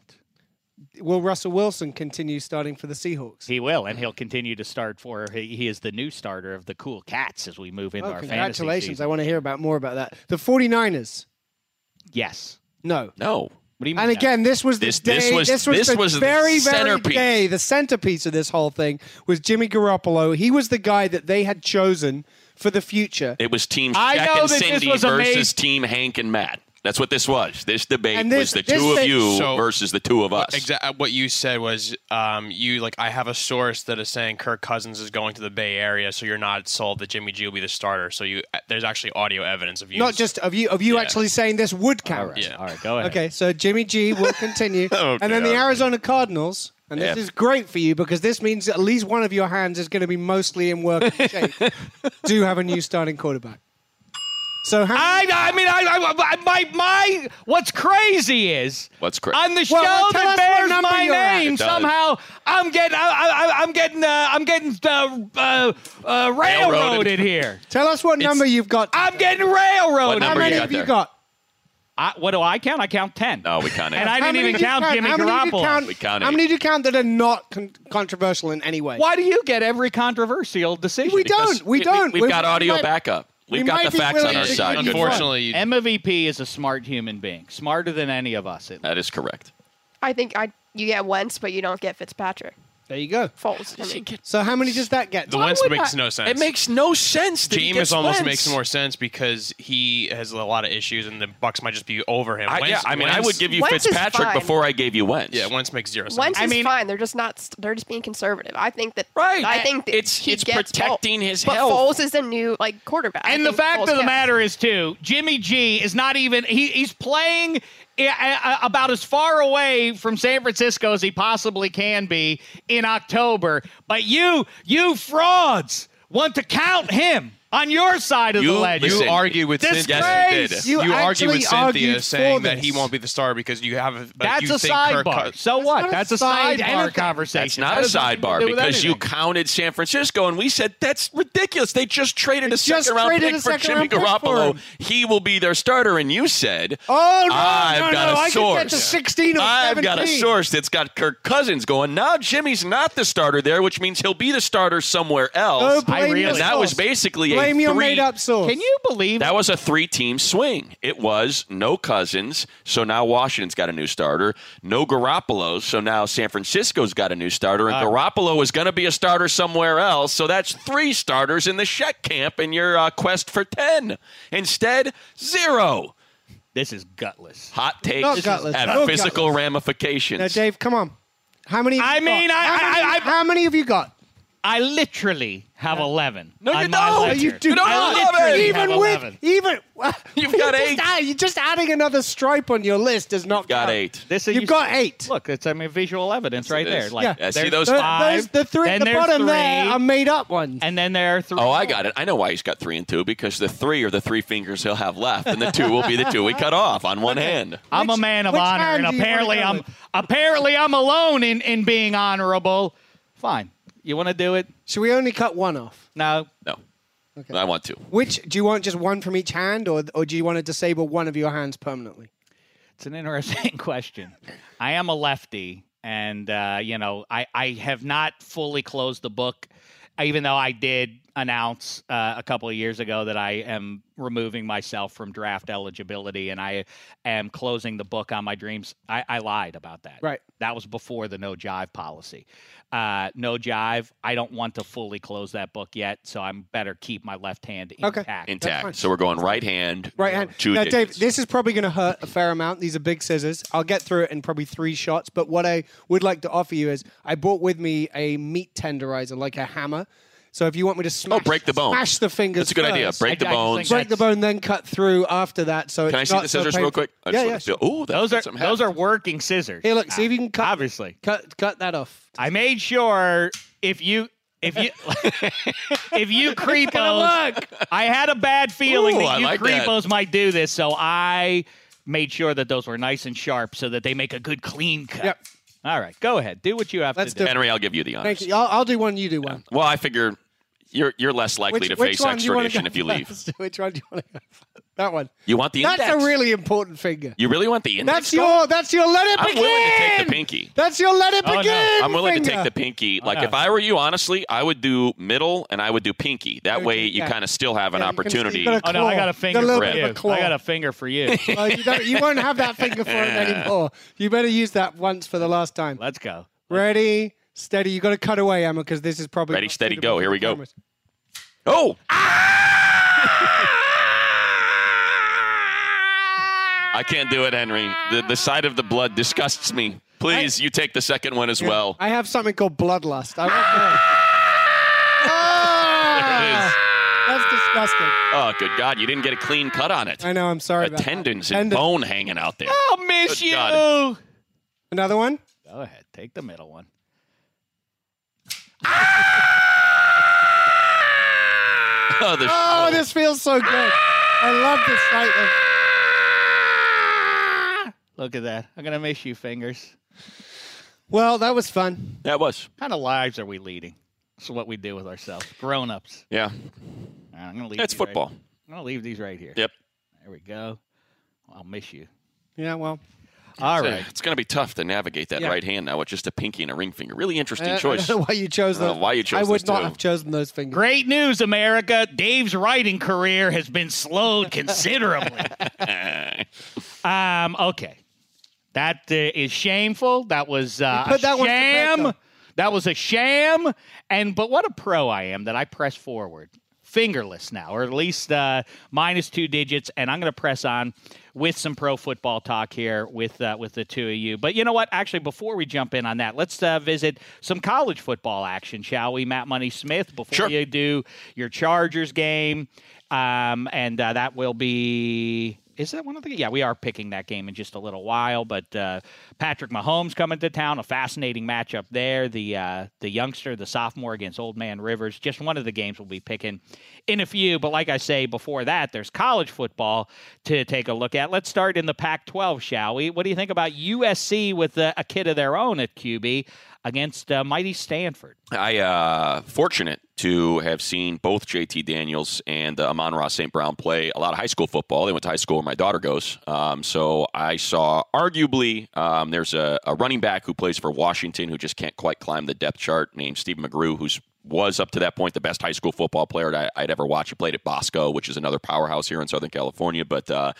Will Russell Wilson continue starting for the Seahawks?
He will, and he'll continue to start for. He, he is the new starter of the Cool Cats as we move into
Oh,
our fantasy
congratulations. I
season.
want to hear about more about that. The 49ers.
Yes.
No.
No.
What do you mean?
And
no?
again, this was the
This-
day.
this
This
was-
was,
this
the
was the
very, very
centerpiece.
day. The centerpiece of this whole thing was Jimmy Garoppolo. He was the guy that they had chosen for the future.
It was team
I
Jack
know
and
that this
Cindy
was a
versus
maze-
team Hank and Matt. That's what this was. This debate
And this-
was the
this
two of
thing-
you
So-
versus the two of us.
Exactly Uh, what you said was um, you like I have a source that is saying Kirk Cousins is going to the Bay Area, so you're not sold that Jimmy G will be the starter. So you uh, there's actually audio evidence of you.
Not just of you, of you
Yeah.
actually saying this
Oh,
would
All
count.
right. All right. Go ahead.
Okay, so Jimmy G
<laughs>
will continue,
Okay,
and then the
okay.
Arizona Cardinals. And this
Oh, Yeah.
is great for you because this means at least one of your hands is going to be mostly in working shape.
<laughs>
Do have a new starting quarterback. So how,
Ah!
I, I mean, I, I, I- my, my, what's crazy is
What's cra-
on the show
Well, well, tell
that
us what
bears
number
my
you're at.
name.
It does.
Somehow, I'm getting, I, I, I'm getting, uh, I'm getting uh, uh, uh, railroaded here.
tell us what number you've got.
I'm getting
What
railroaded.
how
Ah! number
many
you got
have you
there?
got?
I, what do I count? I count ten.
no, we kind
and I
of.
How
didn't
many
even
do you
count, Jimmy
How many do you
Garoppolo.
count-
We count
How
eight.
many do you count that are not con- controversial in any way?
Why do you get every controversial decision?
We don't. We don't.
We, have got audio
might-
backup. We've
we
got the
might be
facts on
willing
our
to-
side. good friend.
unfortunately, you-
MVP is a smart human being, smarter than any of us. At least.
That is correct.
I think I you get Wentz, but you don't get Fitzpatrick.
There you go.
Falls. I mean,
So how many does that get?
the Wentz makes no sense.
It makes no sense. that he
Jameis
gets
almost
Wentz.
makes more sense because he has a lot of issues, and the Bucks might just be over him.
I, yeah, I mean, I would give you
Wentz is
Fitzpatrick
fine.
before I gave you Wentz.
Yeah, Wentz makes zero sense.
Wentz
I
is
mean-
fine. They're just not. st- They're just being conservative. I think that.
Right.
I think that
It's-
he
it's
gets
protecting
Foles.
his
but
health.
Foles is the new like quarterback. I
And the
think
fact
Foles
of the
counts.
matter is, too, Jimmy G is not even. He, he's playing yeah, a- a- about as far away from San Francisco as he possibly can be in October. But you, you frauds, want to count him on your side of
You-
the ledger.
listen,
You argue with
Disgrace!
Cynthia.
Yes,
you
You, argue with
actually argued
Cynthia
for
saying that
this.
he won't be the star because you have. A, like,
that's
you
a
think Kirk
sidebar.
Cous-
So what?
not a
That's a
side-
sidebar
anything.
conversation.
That's not
That
a
has nothing to
sidebar
do with
because you
anything.
counted San Francisco, and we said that's ridiculous. They just traded a
just
second round
traded
pick
a
for
second
Jimmy
round pick for
Garoppolo.
him.
he will be their starter, and you said,
Oh no!
I've
no,
got
no,
a
I
source.
can get to sixteen or
I've
17.
got a source that's got Kirk Cousins going. Now Jimmy's not the starter there, which means he'll be the starter somewhere
No,
else."
Oh, blame
I
your
really-
and that was
source.
basically
blame
a
your
three-
made-up source.
Can you believe
That was a three team swing. It was no Cousins, so now Washington's got a new starter. No Garoppolo, so now San Francisco's got a new starter. And Garoppolo is going to be a starter somewhere else. So that's three starters in the Sheck camp in your uh, quest for 10. Instead, zero.
this is gutless?
Hot takes
Not gutless.
have
Not
physical
gutless.
ramifications.
Now, Dave, come on. How many? have
I
you got?
mean, I-
how
I-
many,
I- I-
how many have you got?
I literally have eleven.
No, you
on my
don't.
ledger.
You do
You don't
I
have
literally
eleven.
have
even with
11.
even
You've got
<laughs> Just
eight.
add- you're just adding another stripe on your list does not
got
count.
eight.
This
You've got eight.
Look, it's I mean visual evidence right
it
there.
is.
Like
Yeah.
I see
there's
those
Th-
five.
those- the three
then
at the
there's
bottom there
three,
are made up ones.
and then there are three.
Oh, I got it. I know why he's got three and two because the three are the three fingers he'll have left, and the two will be the two we cut off on one hand.
I'm a
Which-
man of
which
honor,
hand
and
do you wanna
apparently
go
I'm
with?
apparently I'm alone in in being honorable. Fine, you want to do it?
Should we only cut one off?
No,
No, I want two.
Which do you want? Just one from each hand, or or do you want to disable one of your hands permanently?
It's an interesting <laughs> question. I am a lefty, and uh, you know, I I have not fully closed the book, even though I did announce uh, a couple of years ago that I am removing myself from draft eligibility, and I am closing the book on my dreams. I, I lied about that.
Right.
That was before the no jive policy. Uh, no jive. I don't want to fully close that book yet, so I'm better keep my left hand
Okay.
intact.
Intact.
fine.
So we're going right hand.
Right hand.
Two
now,
digits.
Dave, this is probably going to hurt a fair amount. These are big scissors. I'll get through it in probably three shots. But what I would like to offer you is, I brought with me a meat tenderizer, like a hammer. So if you want me to smash,
Oh, break the bone.
smash the fingers.
That's a good idea.
first,
Break the
I- I just
bones.
think
break the bone, then cut through after that. So
Can I
it's
see
not
the
so
scissors real
painful.
quick? I
Yeah,
just
yeah.
want to feel. Ooh, that
Those are
makes something
those are
happen.
working scissors. Ah,
Here, look, see if you can cut.
Obviously.
cut cut that off.
I made sure if you if
<laughs>
you if you creepos, I had a bad feeling
Ooh,
that
I
you
like that.
creepos might do this, so I made sure that those were nice and sharp so that they make a good clean cut.
Yep.
All right, go ahead, do what you have
Let's
to do.
do-
Henry, I'll give you the honors.
Thank you. I'll, I'll do one. You do one.
Well, I figure you're you're less likely to face
one do you wanna
extradition
go
if you leave.
first? <laughs> Which one do you want to go? first? That one.
You want the
That's
index?
a really important finger.
you really want the index?
That's your. That's your. Let it
I'm
begin.
willing to take the pinky.
That's your. Let it
Oh, no.
begin.
I'm willing to take
finger.
the pinky. Like
no.
if I were you, honestly, I would do middle and I would do pinky. That
Okay,
way, you
yeah.
kind of still have an
Yeah, you can see-
opportunity.
you gotta-
Oh no, I got
claw.
a
Got a
finger
little
for
bit
you.
of a claw.
I got a finger for
<laughs>
you.
Well, you, don't, you won't have that finger for it anymore. You better use that once for the last time.
Let's go.
Ready, steady. You got to cut away, Emma, because this is probably
Ready,
not
steady, go.
suitable for
Here
the
we go.
cameras.
oh!
Ah!
I can't do it, Henry. The the sight of the blood disgusts me. Please, you take the second one as well.
I have something called bloodlust. I want more. Ah! That's disgusting.
Oh, good God! You didn't get a clean cut on it.
I know. I'm sorry.
A
about that. Ah!
tendons
Tendon-
and bone hanging out there.
I'll miss
Good
you.
God.
Another one.
Go ahead, take the middle one.
Oh, the-
Oh, this feels so good. I love this sight of.
Look at that. I'm gonna miss you, fingers.
Well, that was fun.
that was
What kind of lives are we leading? This is what we do with ourselves, grown ups.
yeah.
I'm gonna leave.
That's
these right-
football.
I'm gonna leave these right here.
Yep.
There we go. I'll miss you.
Yeah, well,
All
So
right.
It's going to be tough to navigate that
Yeah. Eh,
right hand now with just a pinky and a ring finger. Really
I-
interesting
uh, <laughs> I
choice.
don't know why you chose
I don't
those.
know why you chose
I would
those
not
two.
have chosen those fingers.
Great news, America. Dave's writing career has been slowed considerably. um, okay. That uh, is shameful. That was uh,
put
a
that one to bed,
sham.
though.
that was a sham. And but what a pro I am that I press forward, fingerless now, or at least uh, minus two digits. And I'm going to press on with some pro football talk here with uh, with the two of you. But you know what? Actually, before we jump in on that, let's uh, visit some college football action, shall we, Matt Money Smith? Before
Sure.
you do your Chargers game, um, and uh, that will be Is that one of the? Yeah, we are picking that game in just a little while. But uh, Patrick Mahomes coming to town, a fascinating matchup there. The uh, the youngster, the sophomore against Old Man Rivers. Just one of the games we'll be picking in a few. But like I say, before that, there's college football to take a look at. Let's start in the Pac-12, shall we? What do you think about USC with uh, a kid of their own at QB against uh, mighty Stanford?
I uh fortunate to have seen both JT Daniels and uh, Amon Ross St. Brown play a lot of high school football. They went to high school where my daughter goes. Um, so I saw arguably um, there's a, a running back who plays for Washington who just can't quite climb the depth chart named Steve McGrew, who's was up to that point the best high school football player I, I'd ever watched. He played at Bosco, which is another powerhouse here in Southern California. But uh,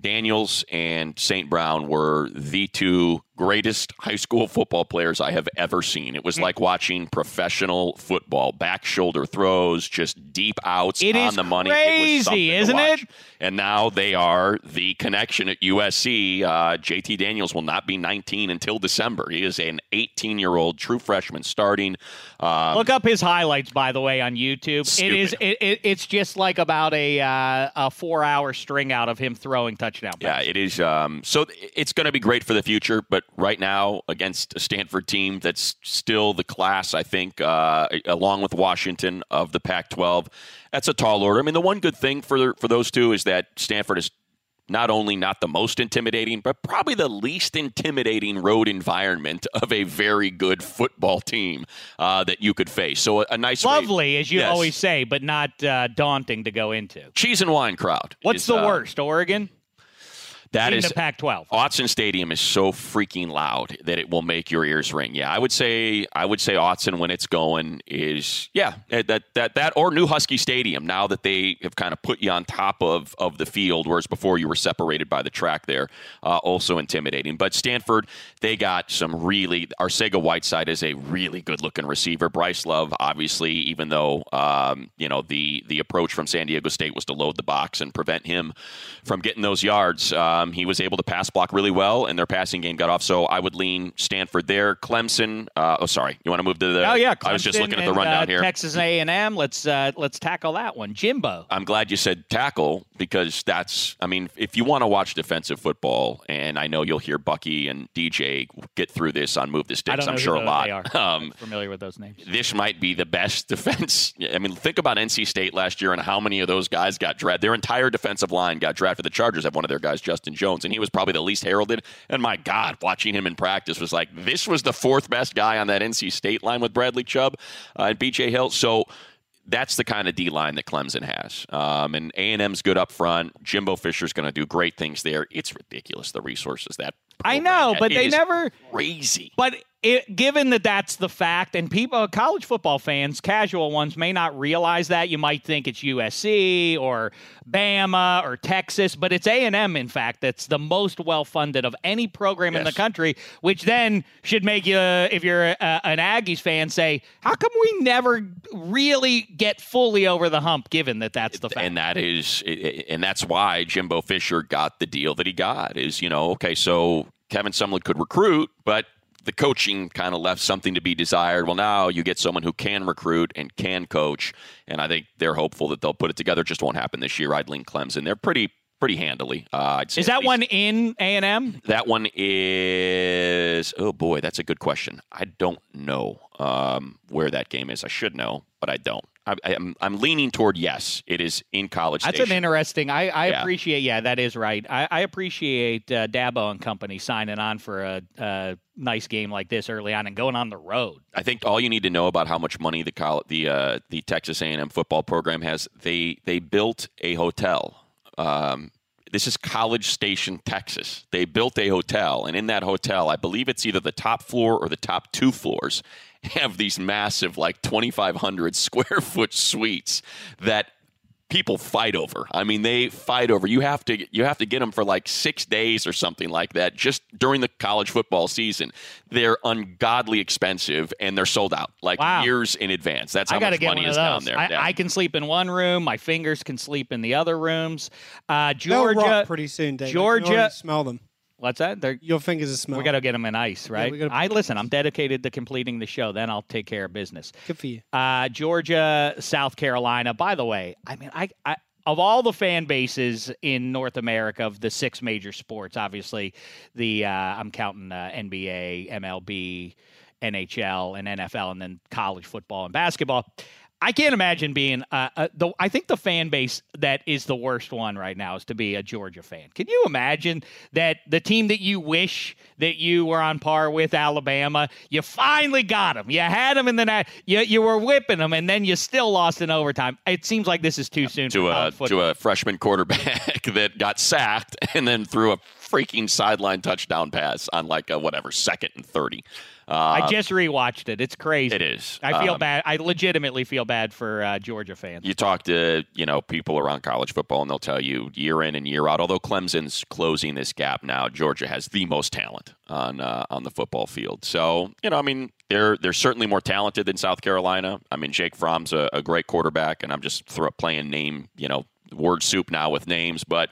Daniels and St. Brown were the two greatest high school football players I have ever seen. It
Mm.
was like watching professional football, back shoulder throws, just deep outs
It
on
is
the money.
crazy,
something to
isn't
watch.
it?
And now they are the connection at USC. Uh, JT Daniels will not be 19 until December. He is an 18 year old true freshman starting. Um,
Look up his highlights, by the way, on YouTube.
Stupid.
It is it, it, it's just like about a uh, a four hour string out of him throwing touchdown.
Yeah,
passes.
it is. Um, so th- it's going to be great for the future, but right now against a Stanford team that's still the class, I think, uh, along with Washington of the Pac-12, that's a tall order. I mean, the one good thing for for those two is that Stanford is not only not the most intimidating, but probably the least intimidating road environment <laughs> of a very good football team uh, that you could face. So a, a nice, way-
lovely as you
Yes.
always say, but not uh, daunting to go into.
cheese and wine crowd.
What's
is,
the
uh,
worst? Oregon
That
in
is
the Pac-12.
Autzen Stadium is so freaking loud that it will make your ears ring. Yeah, I would say I would say Autzen when it's going is yeah eh, that that that or New Husky Stadium now that they have kind of put you on top of of the field, whereas before you were separated by the track there, uh, also intimidating. But Stanford they got some really Arcega Whiteside is a really good looking receiver. Bryce Love obviously even though um, you know the the approach from San Diego State was to load the box and prevent him from getting those yards. Um, he was able to pass block really well, and their passing game got off. So I would lean Stanford there. Clemson. Uh, oh, sorry. You want to move to the?
oh yeah,
I was just
Clemson
looking at the
and,
rundown
uh,
here.
Texas A&M. Let's uh, let's tackle that one. Jimbo.
I'm glad you said tackle because that's, I mean, if you want to watch defensive football, and I know you'll hear Bucky and DJ get through this on Move the
I don't
Sticks,
know
I'm
who
sure a
those-
lot.
They are.
<laughs> Um,
I'm familiar with those names.
this might be the best <laughs> defense. I mean, think about NC State last year and how many of those guys got drafted. Their entire defensive line got drafted. The Chargers have one of their guys, Justin Jones, and he was probably the least heralded. And my God, watching him in practice was like this was the fourth best guy on that NC State line with Bradley Chubb uh, and BJ Hill. So that's the kind of D line that Clemson has. Um, and A and M's good up front. Jimbo Fisher's going to do great things there. It's ridiculous the resources that
I
program
know,
had.
but
It
they
is
never
crazy.
But it, given that that's the fact, and people, college football fans, casual ones, may not realize that. You might think it's USC or Bama or Texas, but it's A and M. In fact, that's the most well-funded of any program in the
Yes.
country, which then should make you, if you're a, an Aggies fan, say, "How come we never really get fully over the hump?" Given that that's the fact.
and that is and that's why Jimbo Fisher got the deal that he got is you know okay so Kevin Sumlin could recruit but the coaching kind of left something to be desired. Well, now you get someone who can recruit and can coach, and I think they're hopeful that they'll put it together. It just won't happen this year. I'd lean Clemson. They're pretty pretty handily. Uh, I'd say
is
at
that
least-
one in A and M?
That one is oh boy, that's a good question. I don't know um, where that game is. I should know, but I don't. I, I'm I'm leaning toward yes. It is in college.
That's
Station.
an interesting. I, I
Yeah.
appreciate. Yeah, that is right. I, I appreciate uh, Dabo and company signing on for a, a nice game like this early on and going on the road.
I think all you need to know about how much money the coll- the uh, the Texas A&M football program has they they built a hotel. Um, this is College Station, Texas. They built a hotel, and in that hotel, I believe it's either the top floor or the top two floors <laughs> have these massive, like 2,500 square <laughs> foot suites that people fight over. I mean, they fight over. You have to you have to get them for like six days or something like that, just during the college football season. They're ungodly expensive and they're sold out like
Wow.
years in advance. That's how
I got to
much
get
money
one of
is
those.
down there.
I,
Yeah.
I can sleep in one room. My fingers can sleep in the other rooms. Uh,
They'll
Georgia.
rot pretty soon, Dave. I can
Georgia-
already smell them.
What's that? They're,
Your fingers are smelling.
we got to get them in ice, right?
we gotta-
I listen. I'm dedicated to completing the show. Then I'll take care of business.
Good for you.
uh, Georgia, South Carolina. By the way, I mean, I, I of all the fan bases in North America of the six major sports, obviously the uh, I'm counting uh, NBA, MLB, NHL, and NFL, and then college football and basketball. I can't imagine being. Uh, uh, the, I think the fan base that is the worst one right now is to be a Georgia fan. Can you imagine that the team that you wish that you were on par with, Alabama, you finally got them. You had them in the night. You you were whipping them, and then you still lost in overtime. It seems like this is too soon
to
for
a
college
to
football.
a freshman quarterback <laughs> that got sacked and then threw a freaking sideline touchdown pass on like a whatever second and thirty. Uh,
I just rewatched it. It's crazy.
it is.
I feel
Um,
bad. I legitimately feel bad for uh, Georgia fans.
You talk to you know people around college football, and they'll tell you year in and year out. Although Clemson's closing this gap now, Georgia has the most talent on uh, on the football field. So you know, I mean, they're they're certainly more talented than South Carolina. I mean, Jake Fromm's a, a great quarterback, and I'm just throw, playing name you know word soup now with names. But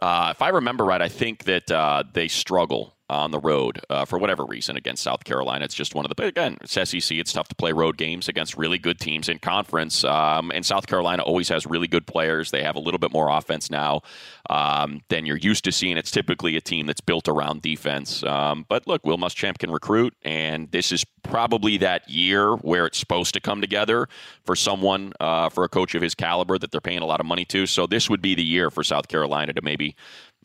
uh, if I remember right, I think that uh, they struggle on the road uh, for whatever reason against South Carolina. It's just one of the but again, it's SEC. It's tough to play road games against really good teams in conference. Um, and South Carolina always has really good players. They have a little bit more offense now um, than you're used to seeing. It's typically a team that's built around defense. Um, but look, Will Muschamp can recruit, and this is probably that year where it's supposed to come together for someone uh, for a coach of his caliber that they're paying a lot of money to. So this would be the year for South Carolina to maybe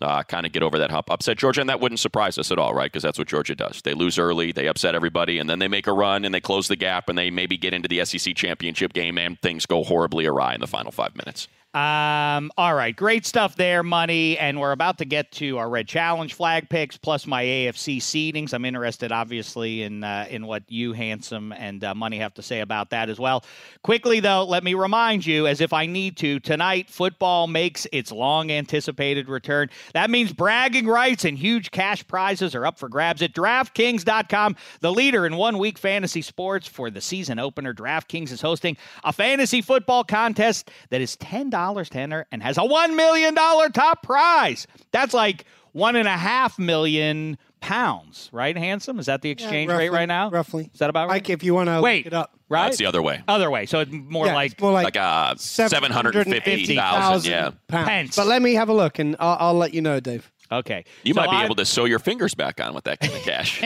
uh, kind of get over that hump, upset Georgia, and that wouldn't surprise us at all, right? Because that's what Georgia does. They lose early, they upset everybody, and then they make a run and they close the gap, and they maybe get into the SEC championship game, and things go horribly awry in the final five minutes.
Um, all right, great stuff there, money, and we're about to get to our red challenge flag picks plus my AFC seedings. I'm interested, obviously, in uh, in what you, handsome, and uh, money have to say about that as well. Quickly though, let me remind you, as if I need to, tonight football makes its long anticipated return. That means bragging rights and huge cash prizes are up for grabs at DraftKings.com, the leader in one week fantasy sports for the season opener. DraftKings is hosting a fantasy football contest that is $10 to enter and has a $1 million top prize. That's like one and a half million pounds, right, handsome? Is that the exchange
roughly,
rate right now?
roughly.
Is that about right?
Like if you want to
Wait,
look it up.
right?
That's the other way.
other way. So it's more
Yeah,
like
it's more
Like uh, 750,000. Yeah.
pounds.
Pence.
But let me have a look, and I'll, I'll let you know, Dave.
okay.
You
So
might be
I-
able to sew your fingers back on with that kind of
<laughs>
cash.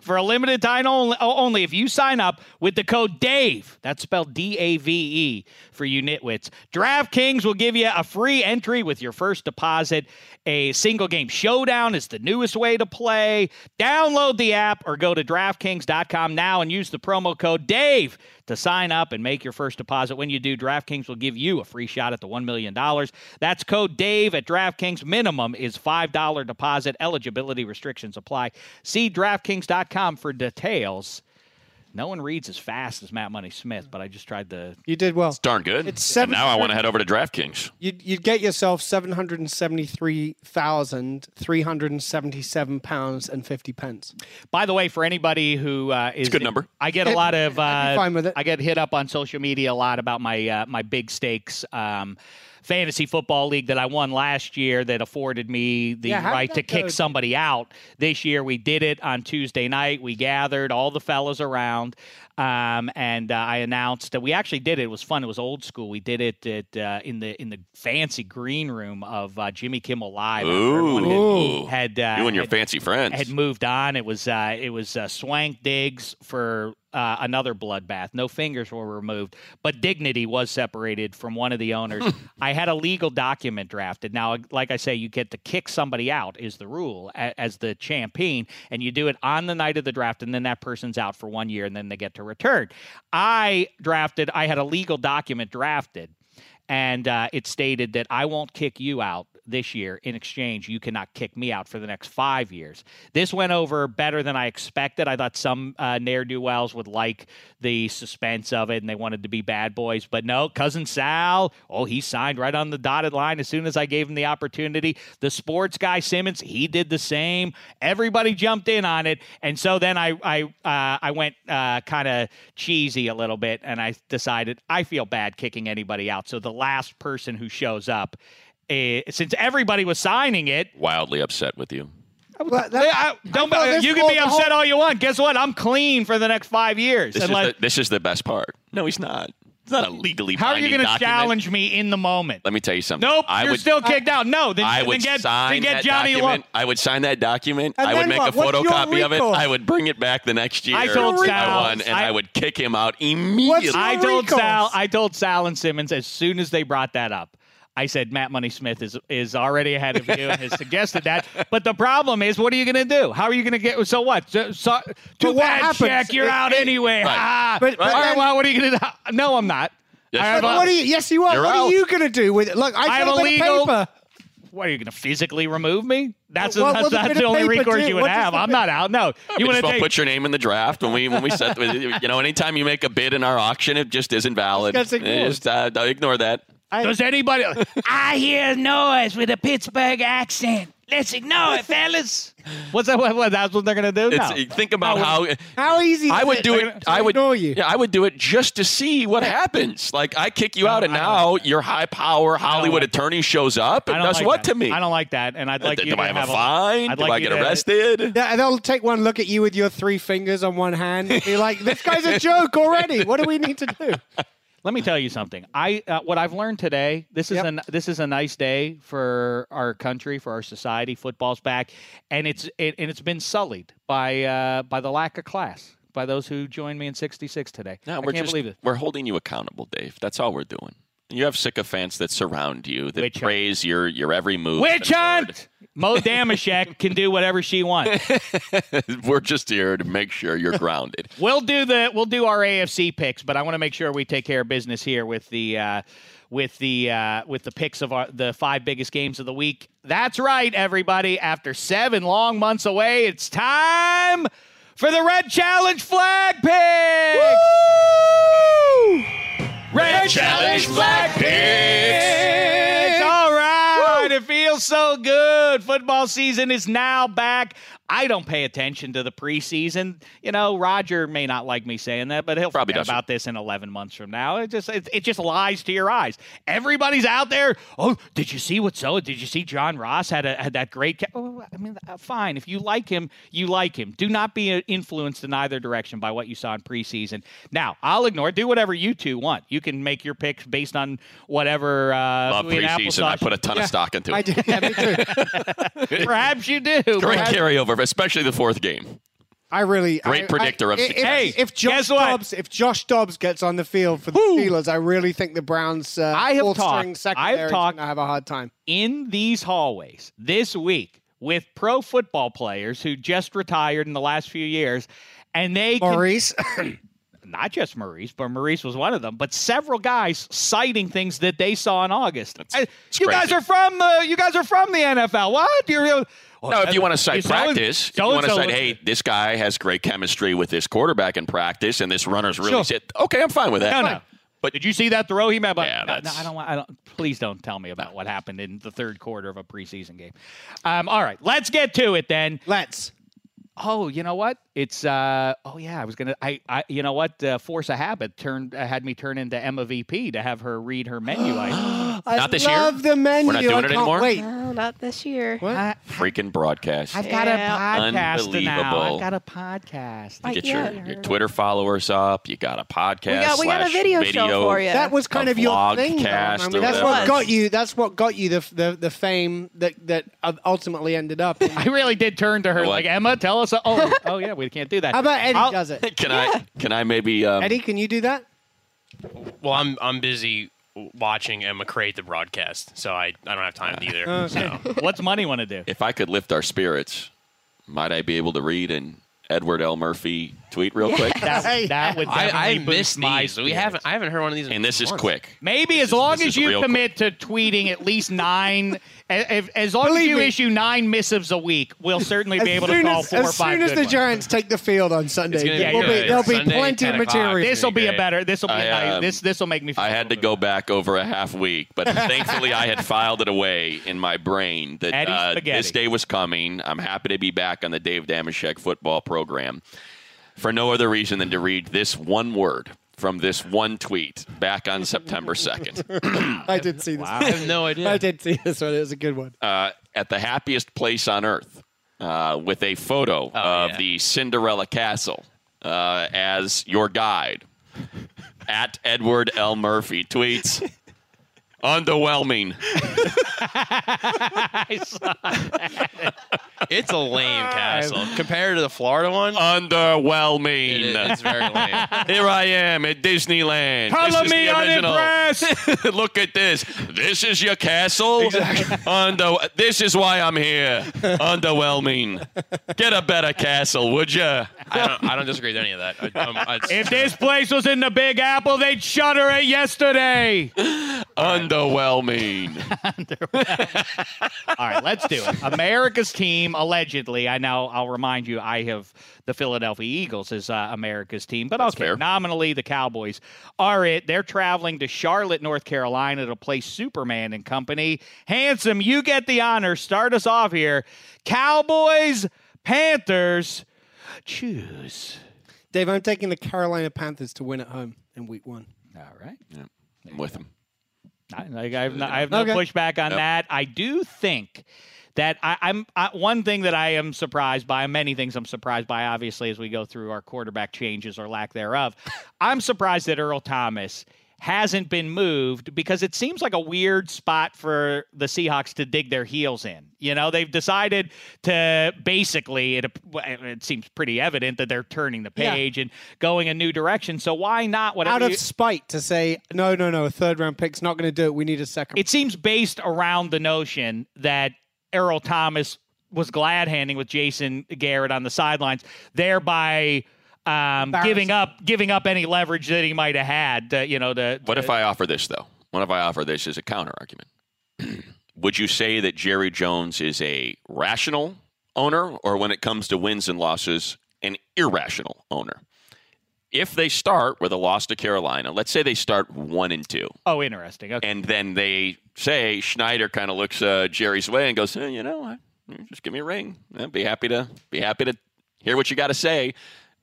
for a limited time only, only if you sign up with the code DAVE. That's spelled D A V E for you nitwits. DraftKings will give you a free entry with your first deposit. A single game showdown is the newest way to play. Download the app or go to DraftKings.com now and use the promo code DAVE to sign up and make your first deposit. When you do, DraftKings will give you a free shot at the $1 million. That's code DAVE at DraftKings. Minimum is $5 deposit. Eligibility restrictions apply. See DraftKings.com for details. No one reads as fast as Matt Money Smith, but I just tried to.
You did well.
Darn good.
It's
and now I
700
want to head over to DraftKings.
You'd, you'd get yourself seven hundred and seventy-three thousand three hundred and seventy-seven pounds and fifty pence.
By the way, for anybody who uh, is
a good number.
I get a lot of. Uh,
fine with it.
I get hit up on social media a lot about my uh, my big stakes um, fantasy football league that I won last year that afforded me the
Yeah, how did
right to
that
kick
go?
somebody out. This year we did it on Tuesday night. We gathered all the fellas around, um, and uh, I announced that we actually did it. It was fun. It was old school. We did it at, uh, in the in the fancy green room of uh, Jimmy Kimmel Live. Everyone had-
Ooh.
Had uh,
You and your
had-
fancy friends.
had moved on. It was uh, it was uh, Swank Diggs for uh, another bloodbath. No fingers were removed, but dignity was separated from one of the owners. I had a legal document drafted. Now, like I say, you get to kick somebody out is the rule a- as the champion, and you do it on the night of the draft, and then that person's out for one year, and then they get to return. I drafted. I had a legal document drafted and uh, it stated that I won't kick you out this year. In exchange, you cannot kick me out for the next five years. This went over better than I expected. I thought some uh, ne'er do wells would like the suspense of it and they wanted to be bad boys, but no. Cousin Sal, oh, he signed right on the dotted line as soon as I gave him the opportunity. The sports guy Simmons, he did the same. Everybody jumped in on it, and so then I I uh, I went uh, kind of cheesy a little bit, and I decided I feel bad kicking anybody out. So the last person who shows up, eh, since everybody was signing it,
Wildly upset with you.
Well,
eh,
that-
I- don't,
thought
eh,
this
you can be
whole- the
upset
whole-
all you want. Guess what? I'm clean for the next five years.
This,
And
is
like-
the, this is the best part. No, he's not. It's not a legally
How are you
going to
challenge me in the moment?
Let me tell you something.
Nope,
I
you're
would,
still kicked out. No, then,
I
then
would
get,
sign
then get
that
Johnny Lo-
document. I would sign that document.
And
I would
then
make
what?
a
What's your
photocopy of it.
recourse?
I would bring it back the next year.
I told
if
Sal-
I won, and
I-
I, would kick him out immediately.
your
I told
recalls.
Sal. I told Sal and Simmons as soon as they brought that up. I said Matt Money Smith is is already ahead of you and has suggested that.
<laughs>
But the problem is, what are you going to do? How are you going to get? So what? So, so, too
what
bad,
happens?
Shaq. You're
It-
out anyway.
Right.
Ah.
But- but
All right,
then-
well, what are you going to do? No, I'm not.
Yes,
I
you
have
are.
a-
What are you? Yes, you are.
You're
what
out.
are you going to do with it? Look, I,
I
got
have a
a bit of
legal-
paper.
What are you going to physically remove me? That's
What-
that's,
what the
that's
bit
the
of
only
paper
recourse
do?
you would
What does
have.
the
I'm
bit-
not out. No, you
we
want
just
to
won't
take.
put your name in the draft when we when we set.
<laughs>
you know, anytime you make a bid in our auction, it just isn't valid.
That's ignored.
Just, uh, ignore that.
Does anybody? I hear noise with a Pittsburgh accent. Let's ignore it, fellas. <laughs> What's that? What, what, that's what they're gonna do?
It's,
No. Oh,
Think about how
How easy?
I
is
would
it
do
to-
it.
to
I would
ignore you.
Yeah, I would do it just to
<laughs>
see what happens. Like I kick you out, and now your high power Hollywood
like
attorney shows up and
I don't
does
like
what
that.
to me?
I don't like that, and I'd like
do
you to
I have, a
I'd
fine? Do
like
I
you
get
to-
arrested?
<laughs>
Yeah, they'll take one look at you with your three fingers on one hand and be like, this guy's a joke already. What do we need to do?
Let me tell you something. I uh, what I've learned today. This is
Yep.
an this is a nice day for our country, for our society. Football's back, and it's it, and it's been sullied by uh, by the lack of class by those who joined me in '66 today. I
No, we're
can't
just
believe it.
we're holding you accountable, Dave. That's all we're doing. You have sycophants that surround you that
Witch hunt.
praise your your every move. and
Witch hunt. Mo Damashek can do whatever she wants.
word. <laughs> We're just here to make sure
<laughs>
you're grounded.
We'll do the we'll do our AFC picks, but I want to make sure we take care of business here with the uh, with the uh, with the picks of our the five biggest games of the week. That's right, everybody. After seven long months away, it's time for the Red Challenge flag picks. Red, Challenge flag picks. All right, it feels so good. Football season is now back. I don't pay attention to the preseason. You know, Roger may not like me saying that, but he'll
Probably
forget
doesn't.
about this in 11 months from now. It just it, it just lies to your eyes. Everybody's out there. Oh, did you see what so? Did you see John Ross had a, had that great? Ca- oh, I mean, uh, fine. If you like him, you like him. Do not be uh, influenced in either direction by what you saw in preseason. Now, I'll ignore. it. Do whatever you two want. You can make your picks based on whatever. Uh,
Love
sweet
preseason. I
applesauce-
put a ton of stock into
I
it.
did, yeah, me too.
Perhaps you do.
Great
Perhaps-
carryover, especially the fourth game.
I really
Great
I-
predictor
I,
of
if-
success.
Hey,
If Josh
guess what?
Dobbs, if Josh Dobbs gets on the field for the Steelers, I really think the Browns uh,
I have
fourth string
talked- I
secondary
have
is
talked-
gonna have a hard time.
in these hallways this week with pro football players who just retired in the last few years, and they can
Maurice, <laughs>
not just Maurice, but Maurice was one of them, but several guys citing things that they saw in August. I- you guys
crazy.
are from the you guys are from the NFL. What? You're real.
No, if you want to cite
so and-
practice, if you
so and
want to
so
cite,
was-
hey, this guy has great chemistry with this quarterback in practice, and this runner's really
Sure.
shit. Okay, I'm fine with that.
No, no.
But
Did you see that throw he made? But
Yeah,
no, no,
that's-
I don't want. I don't. Please don't tell me about what happened in the third quarter of a preseason game. Um, all right, let's get to it then.
let's.
Oh, you know what? It's uh oh yeah, I was gonna I I you know what? Uh, Force of habit turned uh, had me turn into Emma VP to have her read her menu
<gasps>
item.
I
Not this year?
love the menu.
We're not doing
I
it
can't
anymore?
wait.
No, Oh, not this year.
What?
I,
freaking broadcast.
I've got a
Yeah.
podcast now. I've
Unbelievable.
got a podcast.
Like,
Get
yeah,
your,
I heard
your
it.
Twitter followers up. You got a
We
podcast.
got, we got a
slash
video, show for you.
That was kind
a
of your thing. though.
vlogcast
I mean,
or
that's
whatever.
what got you. That's what got you the the, the fame that that ultimately ended
<laughs>
up. in-
I really did turn to her
What?
like Emma, tell us.
<laughs>
Oh, oh yeah, we can't do that.
How about Eddie
I'll-
does it?
Can I? Can I maybe? Um,
Eddie, can you do that?
Well, I'm I'm busy watching Emma create the broadcast, so I, I don't have time either.
Uh,
So
<laughs> What's money want to
<laughs>
do?
if I could lift our spirits, might I be able to read an Edward L. Murphy tweet real
<laughs>
quick?
That,
Hey.
that would
I,
definitely
I
boost
missed
my
these. We
spirits.
haven't I haven't heard one of these. in
And this is
months.
quick.
Maybe as long
this
as
is
you
real
commit to tweeting at least <laughs> nine, as, as long as
Believe
you
me.
issue nine missives a week, we'll certainly be able to
soon
call
as,
four or
as
five
soon as
good
the
ones.
Giants take the field on Sunday,
It's gonna be
Yeah,
we'll
yeah,
be-
yeah.
there'll be
Sunday,
plenty of
10 o'clock.
material.
This will be a
great.
better. This will be.
I,
a nice
um,
this this will make me. feel
I had to
good.
go back over a half week, but thankfully I had filed it away in my brain that
Eddie
uh,
Spaghetti.
this day was coming. I'm happy to be back on the Dave Damashek football program for no other reason than to read this one word from this one tweet back on September
<laughs>
2nd.
I did
<laughs>
see this.
<laughs> I
<laughs>
have no idea.
I did see this one. It was a good one.
Uh, at the happiest place on earth uh, with a photo of
Oh,
yeah.
the Cinderella Castle uh, as your guide. at Edward L. Murphy tweets. Underwhelming.
It's a lame castle compared to the Florida one.
Uh,
it is,
Underwhelming.
it's very
<laughs>
lame.
Here I am at Disneyland. this is the original. <laughs> Look at this. This is your castle. Under- this is why I'm here. Underwhelming. Get a better castle, would ya?
I don't, I don't disagree with any of that. I, um, I,
If this place was in the Big Apple, they'd shutter it yesterday.
Underwhelming.
All right, let's do it. America's team, allegedly. I now I'll remind you, I have the Philadelphia Eagles as uh, America's team, but okay,
fair.
nominally the Cowboys are it. They're traveling to Charlotte, North Carolina, to play Superman and Company. Handsome, you get the honor. Start us off here, Cowboys, Panthers. Choose.
Dave, I'm taking the Carolina Panthers to win at home in week one.
All right.
I'm with him.
I, like, I have no, I have no
Okay.
pushback on that. I do think that I, I'm I, one thing that I am surprised by. Many things I'm surprised by. Obviously, as we go through our quarterback changes or lack thereof, I'm surprised that Earl Thomas hasn't been moved because it seems like a weird spot for the Seahawks to dig their heels in. You know, they've decided to basically it it seems pretty evident that they're turning the
Yeah.
page and going a new direction. So why not whatever
Out of
you-
spite to say, no, no, no, a third round pick's not going to do it. We need a second.
it seems based around the notion that Errol Thomas was glad handing with Jason Garrett on the sidelines, thereby um, giving up giving up any leverage that he might have had. To, you know, to,
What if I offer this though? What if I offer this as a counter argument? <clears throat> Would you say that Jerry Jones is a rational owner, or when it comes to wins and losses, an irrational owner? If they start with a loss to Carolina, let's say they start one and two,
oh, interesting. Okay,
and then they say Schneider kind of looks uh, Jerry's way and goes, eh, you know, I- just give me a ring. I'd be happy to be happy to hear what you got to say.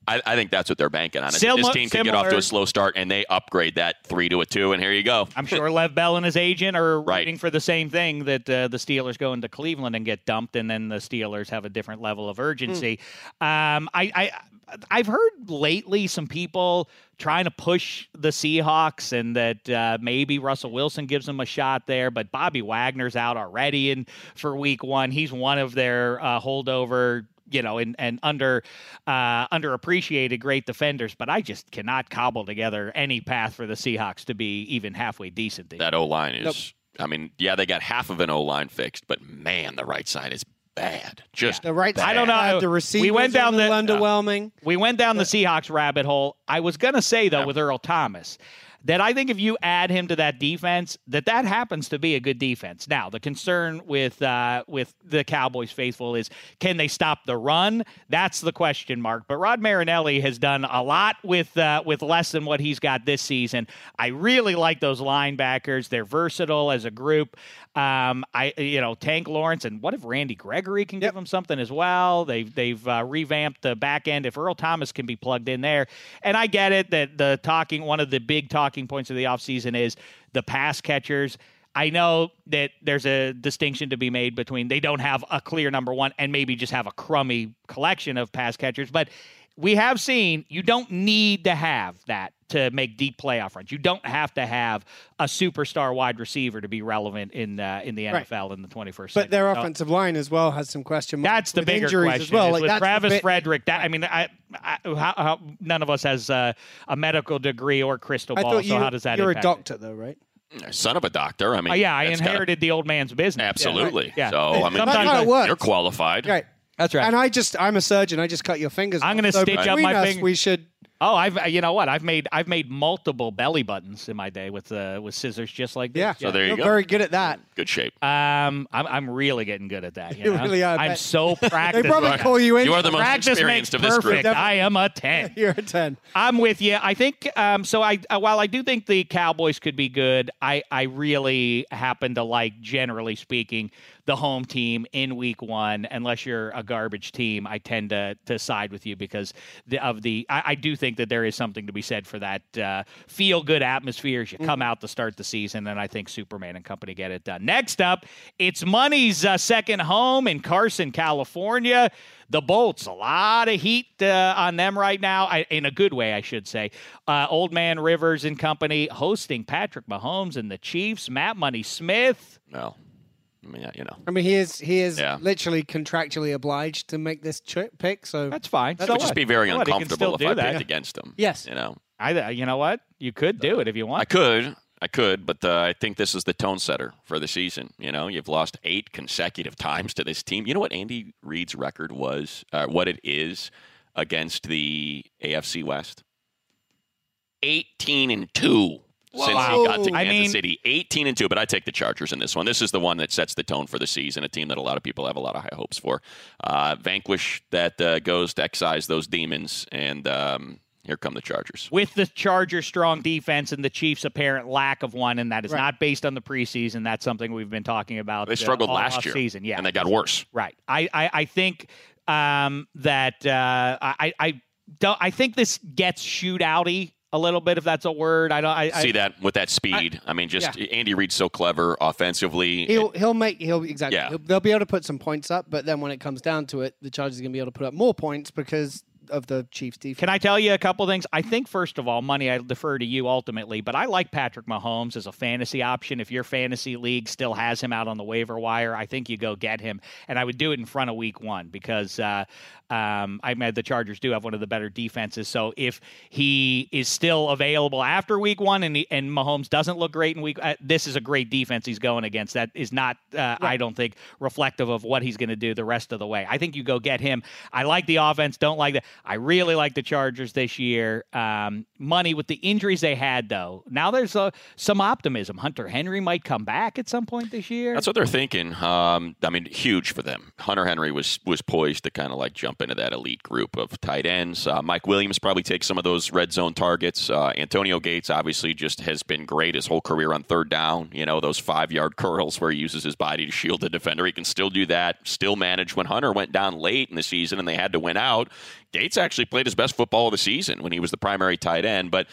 I, I think that's what they're banking on. is that this
Similar-
team could get off to
similar-
a slow start and they upgrade that three to a two, and here you go.
I'm sure Lev Bell and his agent are
Right.
rooting for the same thing that uh, the Steelers go into Cleveland and get dumped, and then the Steelers have a different level of urgency. Um, I, I I've heard lately some people trying to push the Seahawks and that uh, maybe Russell Wilson gives them a shot there, but Bobby Wagner's out already and for Week One. He's one of their uh, holdover. You know, and and under uh, underappreciated great defenders, but I just cannot cobble together any path for the Seahawks to be even halfway decent. this
that O line is. I mean, yeah, they got half of an O line fixed, but man, the right side is bad. Just
the right
I don't
side,
know.
The
We
receivers
went down
are a
the- uh,
little underwhelming.
We went down the Seahawks rabbit hole. I was going to say though with Earl Thomas that I think if you add him to that defense, that that happens to be a good defense. Now the concern with uh, with the Cowboys faithful is can they stop the run? That's the question mark. But Rod Marinelli has done a lot with uh, with less than what he's got this season. I really like those linebackers. They're versatile as a group. Um, I you know Tank Lawrence and what if Randy Gregory can give them something as well? They've they've uh, revamped the back end. If Earl Thomas can be plugged in there, and I get it that the talking one of the big talking points of the offseason is the pass catchers. I know that there's a distinction to be made between they don't have a clear number one and maybe just have a crummy collection of pass catchers, but we have seen you don't need to have that to make deep playoff runs. You don't have to have a superstar wide receiver to be relevant in uh, in the
Right.
NFL in the 21st century.
But their
So
offensive line as well has some question
that's
marks.
the
with
bigger
injuries
question.
as well.
is
Like,
with
that's the
Travis
bit-
Frederick, that, I mean, I, I how, how, none of us has uh, a medical degree or crystal
I
ball.
thought you,
so how does that
you're a
impact it?
doctor, though, right?
son of a doctor. I mean,
Uh, yeah, I
that's gotta-
inherited the old man's business.
absolutely.
Yeah.
So I mean,
Sometimes
you-
how it
works.
you're qualified.
Right.
That's right.
And I just, I'm a surgeon. I just cut your fingers.
I'm
off.
gonna
So
stitch up
between
my
us,
finger-
We should.
Oh, I've uh, you know what? I've made I've made multiple belly buttons in my day with uh, with scissors just like this.
Yeah.
So there you
You're
go.
Very good at that.
Good shape.
Um, I'm I'm really getting good at
<laughs>
that. You,
You
know?
really are, I
I'm
bet.
so
<laughs> They
practiced.
probably call you in.
You are
<laughs>
the most
practice makes
experienced of this
perfect.
group.
I am a ten.
You're a ten.
I'm with you. I think um, so. I uh, while I do think the Cowboys could be good, I I really happen to like, generally speaking, the home team in Week One. Unless you're a garbage team, I tend to to side with you because the, of the. I, I do think that there is something to be said for that uh, feel good atmosphere as you come out to start the season. And I think Superman and company get it done. Next up, it's Money's uh, second home in Carson, California. The Bolts, a lot of heat uh, on them right now, I, in a good way, I should say. Uh, Old Man Rivers and company hosting Patrick Mahomes and the Chiefs. Matt Money Smith.
No. I mean, you know.
I mean, he is he is
Yeah.
literally contractually obliged to make this tri- pick. So
That's fine.
That
So
would
I'd just
what?
be very
So what? He can still
uncomfortable if
do
I
that.
picked against him.
Yes.
You know,
I, uh, you know what? You could do it if you
I
want.
could. I could, but uh, I think this is the tone setter for the season. You know, you've lost eight consecutive <laughs> times to this team. You know what Andy Reid's record was, uh, what it is against the AFC West? 18 and 2 since he got to Kansas
I mean-
City. 18 and 2, but I take the Chargers in this one. This is the one that sets the tone for the season, a team that a lot of people have a lot of high hopes for. Uh, vanquish that uh, goes to excise those demons, and um, here come the Chargers.
With the Chargers' strong defense and the Chiefs' apparent lack of one, and that is not based on the preseason. That's something we've been talking about.
They struggled last year,
season. Yeah,
and they got worse.
Right. I I, I think um, that uh, I I don't. I think this gets shootouty a little bit, if that's a word. I don't. I, I
see that with that speed. I, mean, just Andy Reid's so clever offensively.
he'll he'll make he'll exactly
Yeah.
he'll, they'll be able to put some points up, but then when it comes down to it, the Chargers are going to be able to put up more points because of the Chiefs' defense.
Can I tell you a couple things? I think first of all, money I defer to you ultimately, but I like Patrick Mahomes as a fantasy option. If your fantasy league still has him out on the waiver wire, I think you go get him, and I would do it in front of Week One because uh, um, I mean the Chargers do have one of the better defenses. So if he is still available after Week One and he, and Mahomes doesn't look great in Week, uh, this is a great defense he's going against. That is not, uh, I don't think, reflective of what he's going to do the rest of the way. I think you go get him. I like the offense. Don't like that. I really like the Chargers this year. Um, money with the injuries they had, though. Now there's uh some optimism. Hunter Henry might come back at some point this year.
That's what they're thinking. Um, I mean, huge for them. Hunter Henry was was poised to kind of like jump into that elite group of tight ends. Uh, Mike Williams probably takes some of those red zone targets. Uh, Antonio Gates obviously just has been great his whole career on third down. You know, those five yard curls where he uses his body to shield the defender. He can still do that. Still manage when Hunter went down late in the season and they had to win out. Gates actually played his best football of the season when he was the primary tight end, but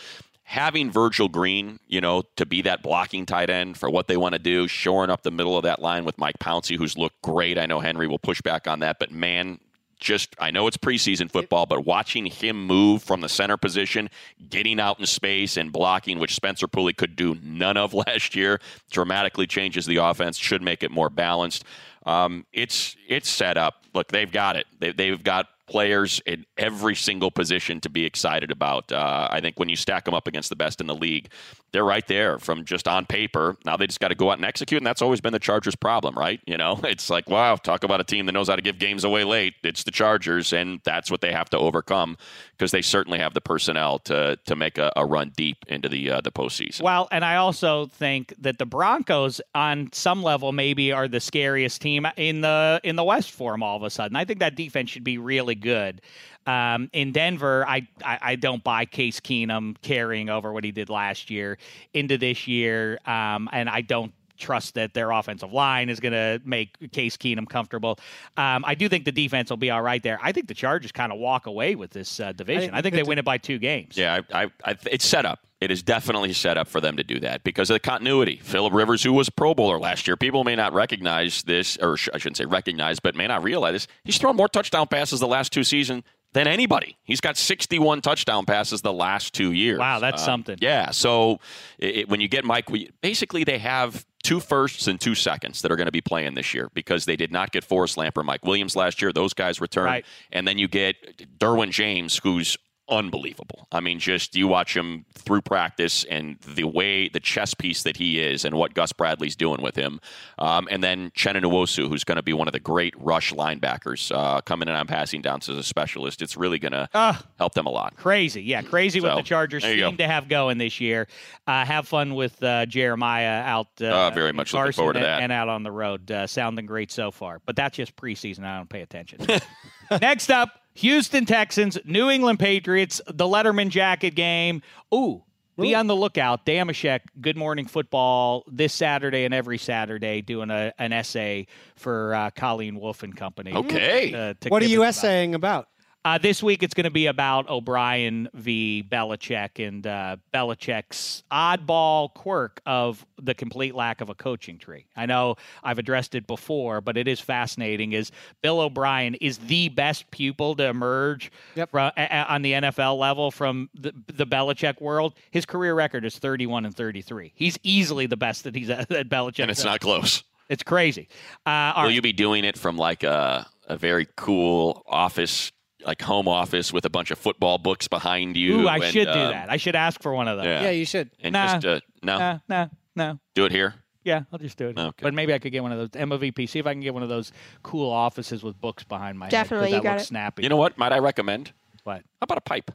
having Virgil Green, you know, to be that blocking tight end for what they want to do, shoring up the middle of that line with Mike Pouncey, who's looked great. I know Henry will push back on that, but man, just I know it's preseason football, but watching him move from the center position, getting out in space and blocking, which Spencer Pulley could do none of <laughs> last year, dramatically changes the offense, should make it more balanced. Um, it's it's set up. Look, they've got it. They, they've got players in every single position to be excited about. Uh, I think when you stack them up against the best in the league, they're right there from just on paper. Now they just got to go out and execute, and that's always been the Chargers' problem, right? You know, <laughs> it's like wow, talk about a team that knows how to give games away late. It's the Chargers, and that's what they have to overcome because they certainly have the personnel to to make a, a run deep into the uh, the postseason.
Well, and I also think that the Broncos, on some level, maybe are the scariest team in the in the West for 'em All of a sudden, I think that defense should be really good. Um, in Denver, I, I I don't buy Case Keenum carrying over what he did last year into this year, um, and I don't trust that their offensive line is going to make Case Keenum comfortable. Um, I do think the defense will be all right there. I think the Chargers kind of walk away with this uh, division. I think they win it by two games.
Yeah, I, I, I, it's set up. It is definitely set up for them to do that because of the continuity. Philip Rivers, who was a Pro Bowler last year, people may not recognize this, or sh- I shouldn't say recognize, but may not realize this. He's thrown more touchdown passes the last two seasons than anybody. He's got 61 touchdown passes the last two years. Uh,
Wow, that's something.
Yeah. So it, it- when you get Mike, we, basically they have two firsts and two seconds that are going to be playing this year because they did not get Forrest Lamp or Mike Williams last year. Those guys returned.
Right.
And then you get Derwin James, who's unbelievable. I mean, just you watch him through practice and the way the chess piece that he is and what Gus Bradley's doing with him. Um, and then Chenin Nwosu, who's going to be one of the great rush linebackers uh, coming in on passing downs as a specialist. It's really going to help them a lot.
Crazy, yeah, crazy what
So,
the Chargers
there you
seem
go.
to have going this year. Uh, have fun with uh, Jeremiah out. Uh,
Uh, very
in
much looking
Carson
forward to
and-
that.
And out on the road, uh, sounding great so far. But that's just preseason. I don't pay attention. <laughs> Next up, Houston Texans, New England Patriots, the Letterman jacket game. Ooh. Be on the lookout. Damashek, Good Morning Football, this Saturday and every Saturday, doing a, an essay for uh, Colleen Wolf and Company.
Okay.
Uh, to
What are
give
you
us about-
essaying about?
Uh, this week it's going to be about O'Brien v. Belichick and uh, Belichick's oddball quirk of the complete lack of a coaching tree. I know I've addressed it before, but it is fascinating. Is Bill O'Brien is the best pupil to emerge
Yep.
fro- a- a- on the NFL level from the, the Belichick world? His career record is thirty-one and thirty-three. He's easily the best that he's <laughs> at, at Belichick.
and it's not close.
It's crazy. Uh, all
Will
right.
you be doing it from like a, a very cool office, like home office with a bunch of football books behind you?
Ooh, I
and,
should
uh,
do that. I should ask for one of those.
Yeah.
Yeah, you should.
And
Nah.
just uh, no,
Uh, no, no.
do it here.
Yeah, I'll just do it.
Okay.
But maybe I could get one of those MOVP. See if I can get one of those cool offices with books behind my
Definitely,
head. 'cause
you
that
got
looks
it.
snappy.
You know what? Might I recommend?
what?
How about a pipe?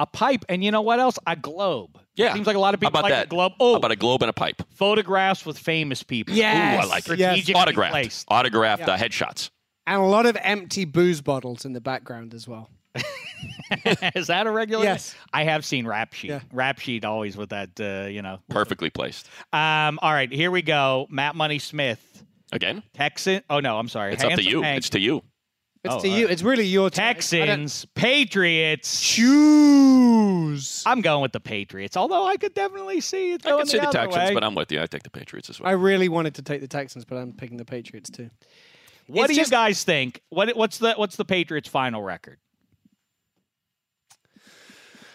A pipe, and you know what else? A globe.
Yeah.
Seems like a lot of
How
people
about
like
that?
a globe. Oh,
How about a globe and a pipe?
photographs with famous people.
Yes.
Ooh, I like it.
Yes.
Strategically
Autographed,
placed. <laughs>
autographed uh, headshots.
And a lot of empty booze bottles in the background as well.
Is that a regular?
Yes.
I have seen rap sheet.
Yeah.
Rap sheet always with that. Uh, you know.
Perfectly placed.
Um. All right. Here we go. Matt Money Smith.
Again,
Texan. Oh no. I'm sorry.
it's up to
Handsome
you.
Hank.
It's to you.
It's
Oh,
to
all
uh,
you. It's really your time. I don't-
Texans. Patriots.
Choose.
I'm going with the Patriots, although I could definitely see it
I
going
can see the,
the, other
Texans,
way.
but uh, I'm with you. I take the Patriots as
I
well.
really wanted to take the Texans, but I'm picking the Patriots too.
what
it's
do
just-
you guys think? What what's the what's the Patriots' final record?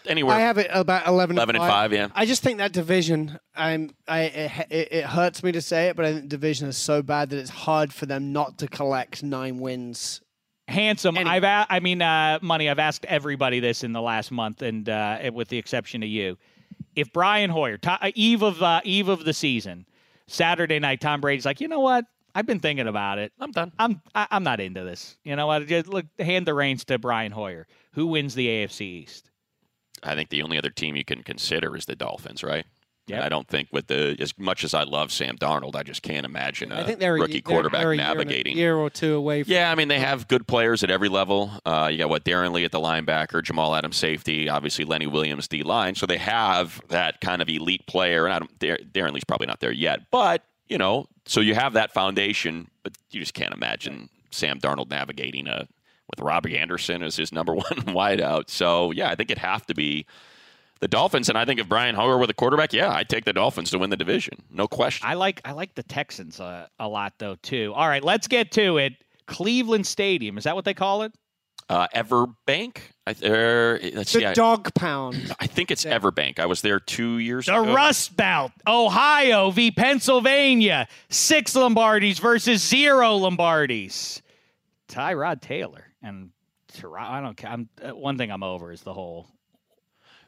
Anywhere
I have it about 11,
11
and
and
5.
five, yeah.
I just think that division, I'm, I, it, it, it hurts me to say it, but I think division is so bad that it's hard for them not to collect nine wins.
Handsome, I've a- I mean uh, money. I've asked everybody this in the last month, and uh, eh, with the exception of you, if Brian Hoyer, to- uh, eve of uh, eve of the season, Saturday night, Tom Brady's like, you know what? I've been thinking about it.
I'm done.
I'm I, I'm not into this. You know what? Just look, hand the reins to Brian Hoyer. Who wins the AFC East?
I think the only other team you can consider is the Dolphins, right?
Yep.
And I don't think with the as much as I love Sam Darnold, I just can't imagine a
I think they're a-
Uh, rookie
they're-
quarterback
they're a year and a-
navigating.
year or two away from
Yeah, I mean they have good players at every level. Uh, you got what Darren Lee at the linebacker, Jamal Adams safety, obviously Lenny Williams D line. So they have that kind of elite player, and I don't, Dar- Darren Lee's probably not there yet, but you know, so you have that foundation, but you just can't imagine Sam Darnold navigating a with Robbie Anderson as his number <laughs> one wideout. So yeah, I think it'd have to be the Dolphins, and I think if Brian Hoyer were the quarterback, yeah, I'd take the Dolphins to win the division, no question.
I like I like the Texans uh, a lot though too. All right, let's get to it. Cleveland Stadium is that what they call it?
Uh, Everbank, I, er, let's
the
see, I-
dog pound.
I think it's Everbank. I was there two years
The
ago.
Rust Belt, Ohio v Pennsylvania, six Lombardies versus zero Lombardies. Tyrod Taylor and Tyrod. I don't. ca- I'm uh, one thing I'm over is the whole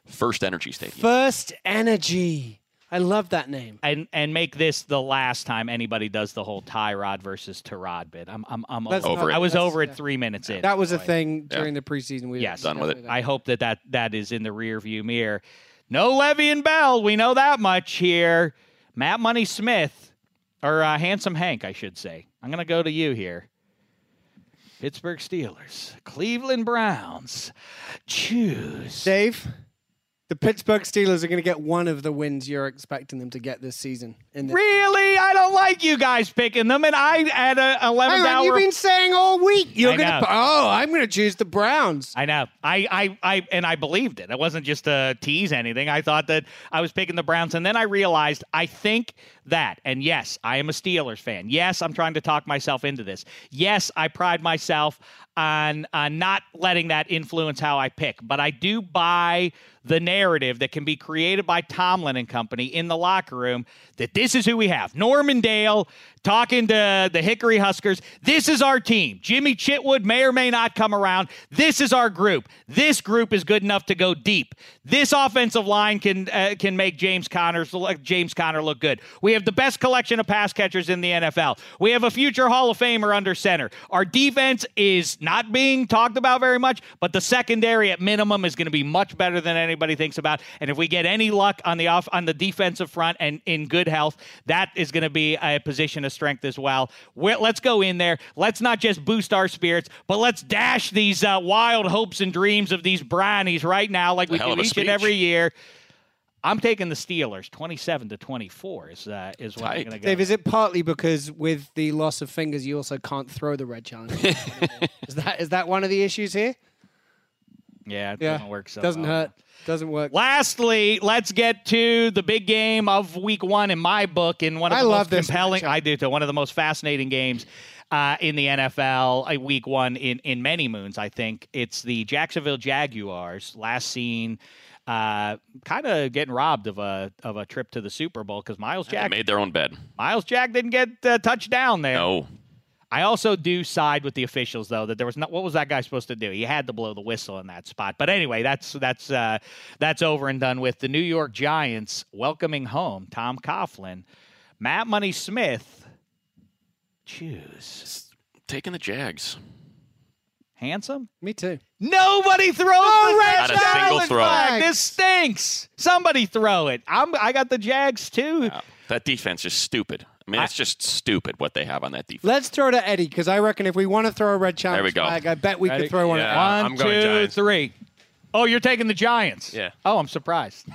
First Energy Stadium.
First energy. I love that name.
and and make this the last time anybody does the whole Tyrod versus Tyrod bit. I'm I'm I'm
That's
over.
Over
not-
it.
I was
that's-
over it
yeah.
three minutes in.
That was a
Boy.
thing during the preseason. We
Yes.
Done with it.
I hope that that, that is in the rear view mirror. No Levy and Bell. We know that much here. Matt Money Smith, or uh, Handsome Hank, I should say. I'm going to go to you here. Pittsburgh Steelers, Cleveland Browns. Choose.
Dave, the Pittsburgh Steelers are going to get one of the wins you're expecting them to get this season. In the-
Really? I don't like you guys picking them. And I had a 11th
Hang on,
hour.
you've been saying all week you're
I
going
know.
to. Oh, I'm going to choose the Browns.
I know. I, I, I, and I believed it. It wasn't just to tease anything. I thought that I was picking the Browns, and then I realized I think that, and yes, I am a Steelers fan. Yes, I'm trying to talk myself into this. Yes, I pride myself on on not letting that influence how I pick, but I do buy the narrative that can be created by Tomlin and company in the locker room that this is who we have. Norman Dale talking to the Hickory Huskers. This is our team. Jimmy Chitwood may or may not come around. This is our group. This group is good enough to go deep. This offensive line can uh, can make James Connors look, James Connor look good. We have the best collection of pass catchers in the NFL. We have a future Hall of Famer under center. Our defense is not being talked about very much, but the secondary at minimum is going to be much better than anybody thinks about. And if we get any luck on the off on the defensive front and in good health, that is going to be a position of strength as well. we let's go in there. Let's not just boost our spirits, but let's dash these uh, wild hopes and dreams of these brownies right now, like we
Hell
do
of a
each
speech.
and every year. I'm taking the Steelers, 27 to 24 is uh, is what I'm
Tight.
going to go.
Dave, is it partly because with the loss of fingers, you also can't throw the red challenge? is that is that one of the issues here?
Yeah, it
Yeah,
doesn't work so
doesn't
well.
hurt. Doesn't work.
Lastly, let's get to the big game of Week One in my book, in one of
I
the most
love this
compelling.
matchup.
I do too. One of the most fascinating games uh, in the NFL, uh, Week One in in many moons. I think it's the Jacksonville Jaguars last seen. Uh, kind of getting robbed of a of a trip to the Super Bowl because Miles
They
Jack
made their own bed.
Miles Jack didn't get uh, touchdown there.
No.
I also do side with the officials though that there was not what was that guy supposed to do? He had to blow the whistle in that spot. But anyway, that's that's uh, that's over and done with. The New York Giants welcoming home Tom Coughlin, Matt Money Smith. Choose
Taking the Jags.
handsome.
Me too.
Nobody throws the
Not a single
Allen
throw.
flag. This stinks. Somebody throw it. I'm I got the Jags too.
That defense is stupid. I mean, it's just stupid what they have on that defense.
Let's throw to Eddie because I reckon if we want to throw a red challenge
we go.
flag, I bet we
Eddie-
could throw one.
yeah.
At
Uh,
One, two,
I'm
three.
going Giants.
Oh, you're taking the Giants.
Yeah.
Oh, I'm surprised.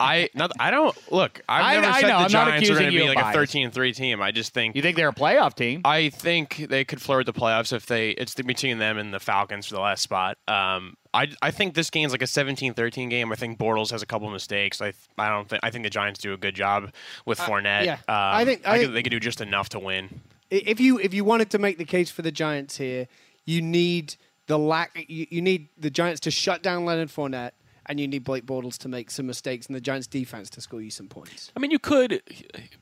I not, I don't look. I've
I-
never
I
said
know,
the
I'm not
Giants are
accusing
going to
you
be
of
like a
bias.
13 3 team. I just think
You think they're a playoff team?
I think they could flirt with the playoffs if they it's the- between them and the Falcons for the last spot. Um, I, I think this game's like a 17-13 game. I think Bortles has a couple of mistakes. I th- I don't think I think the Giants do a good job with
Uh,
Fournette.
yeah.
Um,
I think- I
could-
think-
they could do just enough to win.
I- if you if you wanted to make the case for the Giants here, you need the lack. You, you need the Giants to shut down Leonard Fournette, and you need Blake Bortles to make some mistakes, and the Giants defense to score you some points.
I mean, you could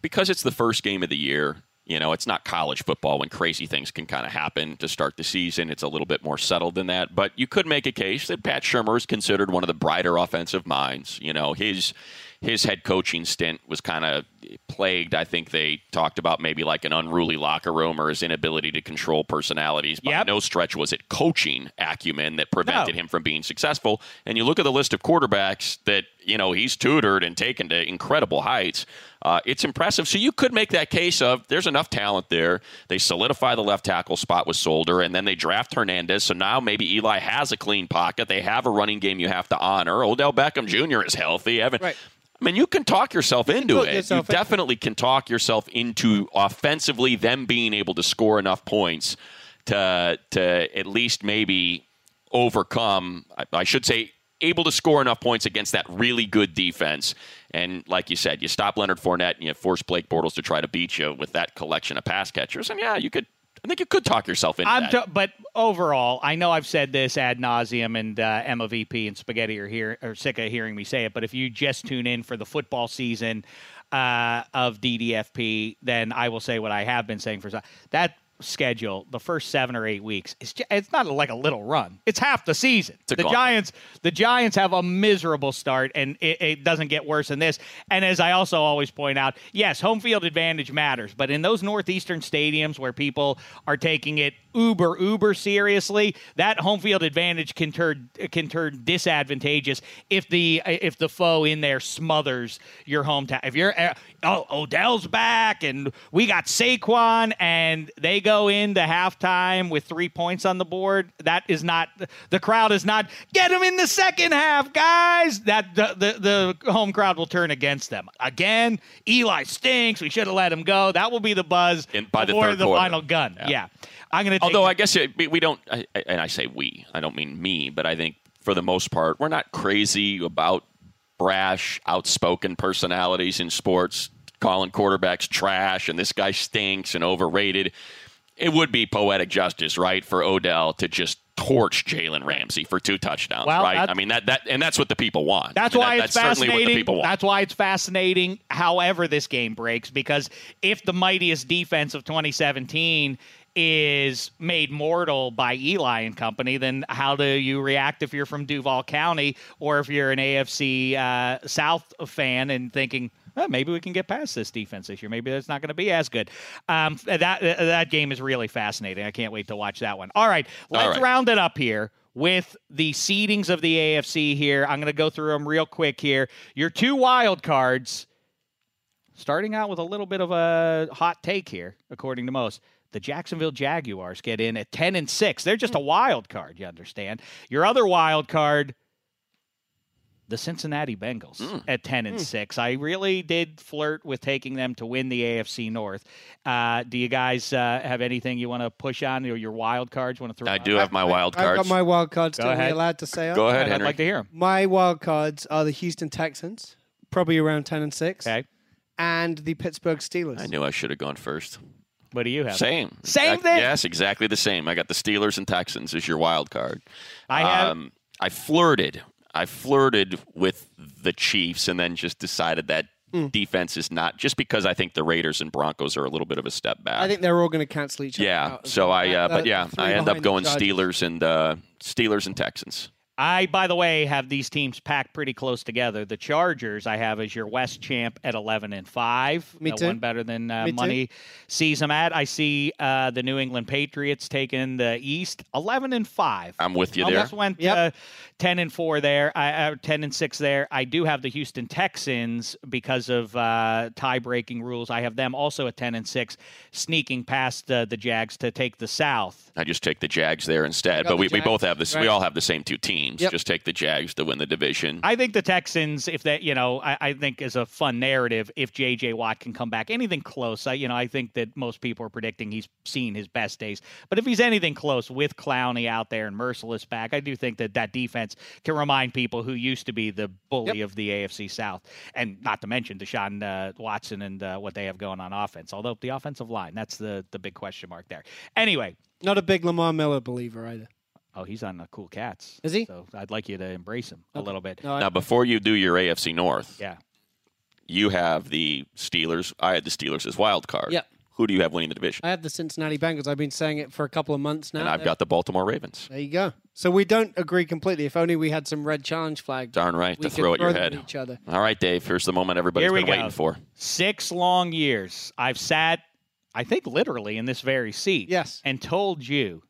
because it's the first game of the year. You know, it's not college football when crazy things can kind of happen to start the season. It's a little bit more settled than that. But you could make a case that Pat Shermer is considered one of the brighter offensive minds. You know, his his head coaching stint was kind of plagued. I think they talked about maybe like an unruly locker room or his inability to control personalities. But
Yep.
no stretch was it coaching acumen that prevented
No.
him from being successful. And you look at the list of quarterbacks that you know he's tutored and taken to incredible heights. Uh, it's impressive. So you could make that case of there's enough talent there. They solidify the left tackle spot with Solder, and then they draft Hernandez. So now maybe Eli has a clean pocket. They have a running game you have to honor. Odell Beckham Jr. is healthy. Evan.
Right.
I mean, you can talk yourself into
talk
it.
yourself
you
into it.
definitely can talk yourself into offensively them being able to score enough points to to at least maybe overcome. I, I should say able to score enough points against that really good defense. And like you said, you stop Leonard Fournette and you force Blake Bortles to try to beat you with that collection of pass catchers. And yeah, you could. I think you could talk yourself into
I'm
that.
t- but overall, I know I've said this ad nauseum, and uh, Emma VP and Spaghetti are here are sick of hearing me say it. But if you just tune in for the football season uh, of DDFP, then I will say what I have been saying for so- that schedule. The first seven or eight weeks, it's ju- it's not like a little run; it's half the season. The
a gauntlet.
Giants, the Giants have a miserable start, and it, it doesn't get worse than this. And as I also always point out, yes, home field advantage matters, but in those northeastern stadiums where people are taking it uber uber seriously, that home field advantage can turn can turn disadvantageous if the if the foe in there smothers your hometown. If you're uh, oh Odell's back, and we got Saquon, and they go into halftime with three points on the board. That is not the crowd is not get them in the second half, guys. That the, the the home crowd will turn against them again. Eli stinks. We should have let him go. That will be the buzz
In- by the
before
third
the
quarter.
final gun. Yeah, I'm gonna. Take
Although I guess it, we- we don't, I, I- and I say we, I don't mean me, but I think for the most part, we're not crazy about brash, outspoken personalities in sports calling quarterbacks trash and this guy stinks and overrated. It would be poetic justice, right, for Odell to just torch Jalen Ramsey for two touchdowns,
Well,
right?
that-
I mean that that and that's what the people want.
That's
I mean,
why
that-
it's
that's certainly
fascinating.
what the people want.
That's why it's fascinating. However, this game breaks because if the mightiest defense of 2017 is made mortal by Eli and company, then how do you react if you're from Duval County or if you're an AFC uh, South fan and thinking? "Well, maybe we can get past this defense this year. Maybe that's not going to be as good. Um, that that game is really fascinating. I can't wait to watch that one. All right, let's
right.
round it up here with the seedings of the AFC here. I'm going to go through them real quick here. Your two wild cards, starting out with a little bit of a hot take here, according to most. The Jacksonville Jaguars get in at 10 and 6. They're just a wild card, you understand. Your other wild card, the Cincinnati Bengals
Hmm.
at 10 and 6. I really did flirt with taking them to win the AFC North. Uh, do you guys uh, have anything you want to push on or your wild cards want to throw
I
out?
do have my wild
I've
cards.
got my wild cards.
Go
Still, Are
ahead.
we allowed to say?
Go
it?
ahead,
I'd
Henry.
like to hear 'em.
My wild cards are the Houston Texans, probably around ten and six,
Okay.
and the Pittsburgh Steelers.
I knew I should have gone first.
What do you have?
Same.
Same
Exac-
thing?
Yes, exactly the same. I got the Steelers and Texans as your wild card.
I have.
Um, I flirted. I flirted with the Chiefs and then just decided that
Hmm.
defense is not just because I think the Raiders and Broncos are a little bit of a step back.
I think they're all going to cancel each other.
yeah.
out.
So I uh,
Uh,
but yeah,
three
I end up
behind the
going
Chargers.
Steelers and uh, Steelers and Texans.
I, by the way, have these teams packed pretty close together. The Chargers I have as your West champ at eleven and five.
Me
Uh,
too.
One better than uh,
Me too.
money sees them at. I see uh, the New England Patriots taking the East eleven and five.
I'm with you there.
Almost went
Yep.
uh, ten and four there. I uh, ten and six there. I do have the Houston Texans because of uh, tie-breaking rules. I have them also at ten and six, sneaking past uh, the Jags to take the South.
I just take the Jags there instead.
got
But we,
the
we both
Jags,
have this. We
right.
all have the same two teams.
Yep.
Just take the Jags to win the division.
I think the Texans, if that, you know, I, I think is a fun narrative. If J.J. Watt can come back, anything close, I, you know, I think that most people are predicting he's seen his best days. But if he's anything close with Clowney out there and Merciless back, I do think that that defense can remind people who used to be the bully of the AFC South, and not to mention Deshaun uh, Watson and uh, what they have going on offense. Although the offensive line, that's the the big question mark there. Anyway,
Not a big Lamar Miller believer either.
oh, he's on the Cool Cats.
Is he?
So I'd like you to embrace him a
Okay.
little bit.
No, I-
now before you do your AFC North,
Yeah.
you have the Steelers. I had the Steelers as wild card.
Yep.
Who do you have winning the division?
I have the Cincinnati Bengals. I've been saying it for a couple of months now.
and I've
There-
got the Baltimore Ravens.
There you go. So we don't agree completely. If only we had some red challenge flag.
Darn right
we
to
could
throw at your
them
head.
Each other.
All right, Dave. Here's the moment everybody's
Here we
been
go.
waiting for.
six long years I've sat, I think literally in this very seat.
Yes.
And told you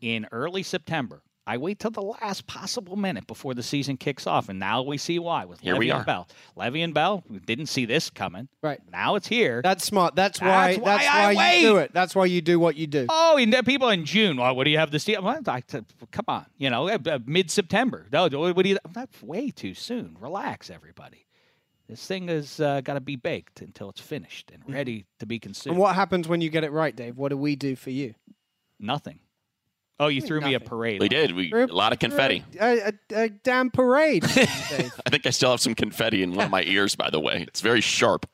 in early September, I wait till the last possible minute before the season kicks off. And now we see why with
Here
Levy
we
and
are.
Bell. Levy and Bell, we didn't see this coming.
Right.
Now it's here.
That's smart. That's why.
That's
That's
why I
why, you do
wait.
it. That's why you do what you do.
Oh, and then people in June. Well, what do you have this deal? Well, I, said, come on, you know, uh, uh, mid September. No, what do you? That's way too soon. Relax, everybody. This thing has uh, got to be baked until it's finished and ready to be consumed.
And what happens when you get it right, Dave? What do we do for you?
Nothing. Oh, you threw me a
nothing.
parade.
We did. We a lot of confetti.
Uh, A, a, a damn
<laughs>
parade. Dave.
I think I still have some confetti in one
<laughs>
of my ears, by the way. It's very sharp,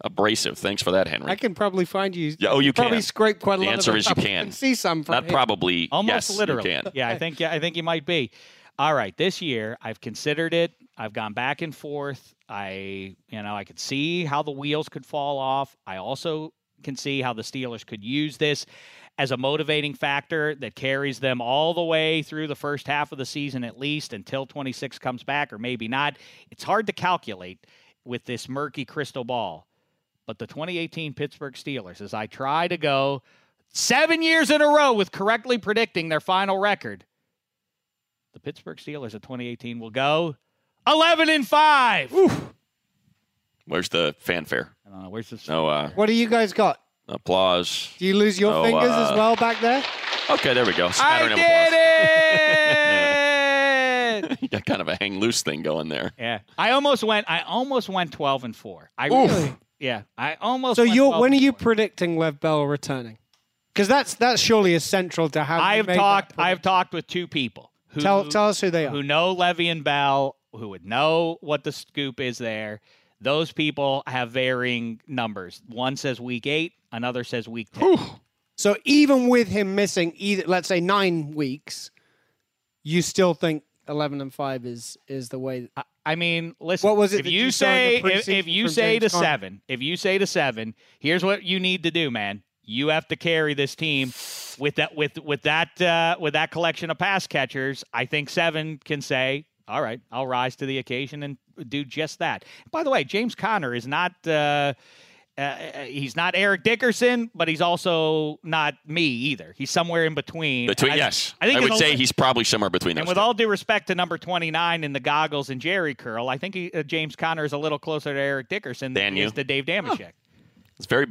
abrasive. Thanks for that, Henry.
I can probably find you.
Yeah, oh, you
probably
can.
scrape quite a
The
lot.
answer
of it
is you
up.
can.
see some from
Not
here.
probably.
Almost
yes, you
literally.
can.
Yeah, I think yeah, I think you might be. All right, this year I've considered it. I've gone back and forth. I, you know, I could see how the wheels could fall off. I also can see how the Steelers could use this as a motivating factor that carries them all the way through the first half of the season at least until 26 comes back or maybe not. It's hard to calculate with this murky crystal ball. But the 2018 Pittsburgh Steelers, as I try to go seven years in a row with correctly predicting their final record. The Pittsburgh Steelers of 2018 will go 11 and 5.
Where's the fanfare?
I don't know. Where's this?
No uh,
What do you guys got?
applause.
Do you lose your
Oh,
fingers
uh,
as well back there?
Okay, there we go.
I
Smattering of
did it.
<laughs> applause. You got kind of a hang loose thing going there.
yeah. I almost went I almost went 12 and 4. I really Yeah. I almost
So
went
you're
12
when are
and
you
4.
predicting Lev Bell returning? Because that's that's surely essential to how
I
you
have
made
talked
that
I have talked with two people who
Tell tell us who they are.
who know Levy and Bell, who would know what the scoop is there. Those people have varying numbers. One says week eight, another says week ten.
So even with him missing either, let's say nine weeks, you still think eleven and five is is the way.
I- I mean, listen.
What was it
If
that
you
you saw
say
in the
if, if
preseason
you
from
say to
James Conner?
seven, if you say to seven, here's what you need to do, man. You have to carry this team with that with with that uh, with that collection of pass catchers. I think seven can say, all right, I'll rise to the occasion and do just that. By the way, James Conner is not. Uh, uh, he's not Eric Dickerson, but he's also not me either. He's somewhere in between.
Between
I-
yes,
I think
would
it's
say
a-
he's probably somewhere between those.
and with
two.
all due respect to number 29 in the goggles and Jerry curl, I think he, uh, James Conner is a little closer to Eric Dickerson than
Than
he
you.
Oh.
is to Dave Damashek.
it's very,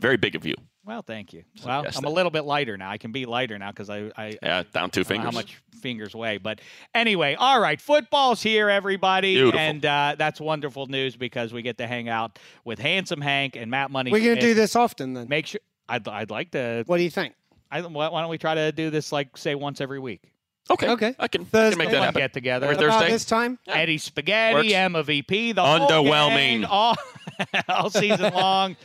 very big of you.
Well, thank you. Well,
yes,
I'm a
that-
little bit lighter now. I can be lighter now because I, I,
Yeah, down two
I don't know
fingers.
how much fingers weigh. But anyway, all right, football's here, everybody,
Beautiful.
and uh, that's wonderful news because we get to hang out with Handsome Hank and Matt Money.
We're going
Smith.
to do this often then.
Make sure I'd, I'd like to.
What do you think?
I, why why don't we try to do this like say once every week?
Okay.
Okay.
I can, I
Thursday.
can make that
One
happen.
get together.
Every
About
Thursday?
this time?
Eddie Spaghetti,
Works.
Emma VP, the
Underwhelming.
whole gang, all, <laughs> all season
<laughs>
long.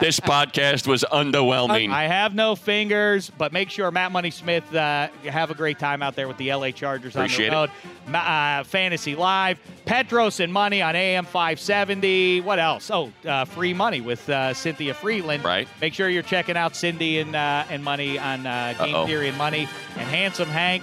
This podcast was underwhelming.
I have no fingers, but make sure Matt Money Smith uh, have a great time out there with the LA Chargers
Appreciate it.
on the road. Ma- Uh, Fantasy Live, Petros and Money on AM 570. What else? Oh, uh, Free Money with uh, Cynthia Freeland.
Right.
Make sure you're checking out Cindy and uh, and Money on uh, Game
Uh-oh.
Theory and Money and Handsome Hank.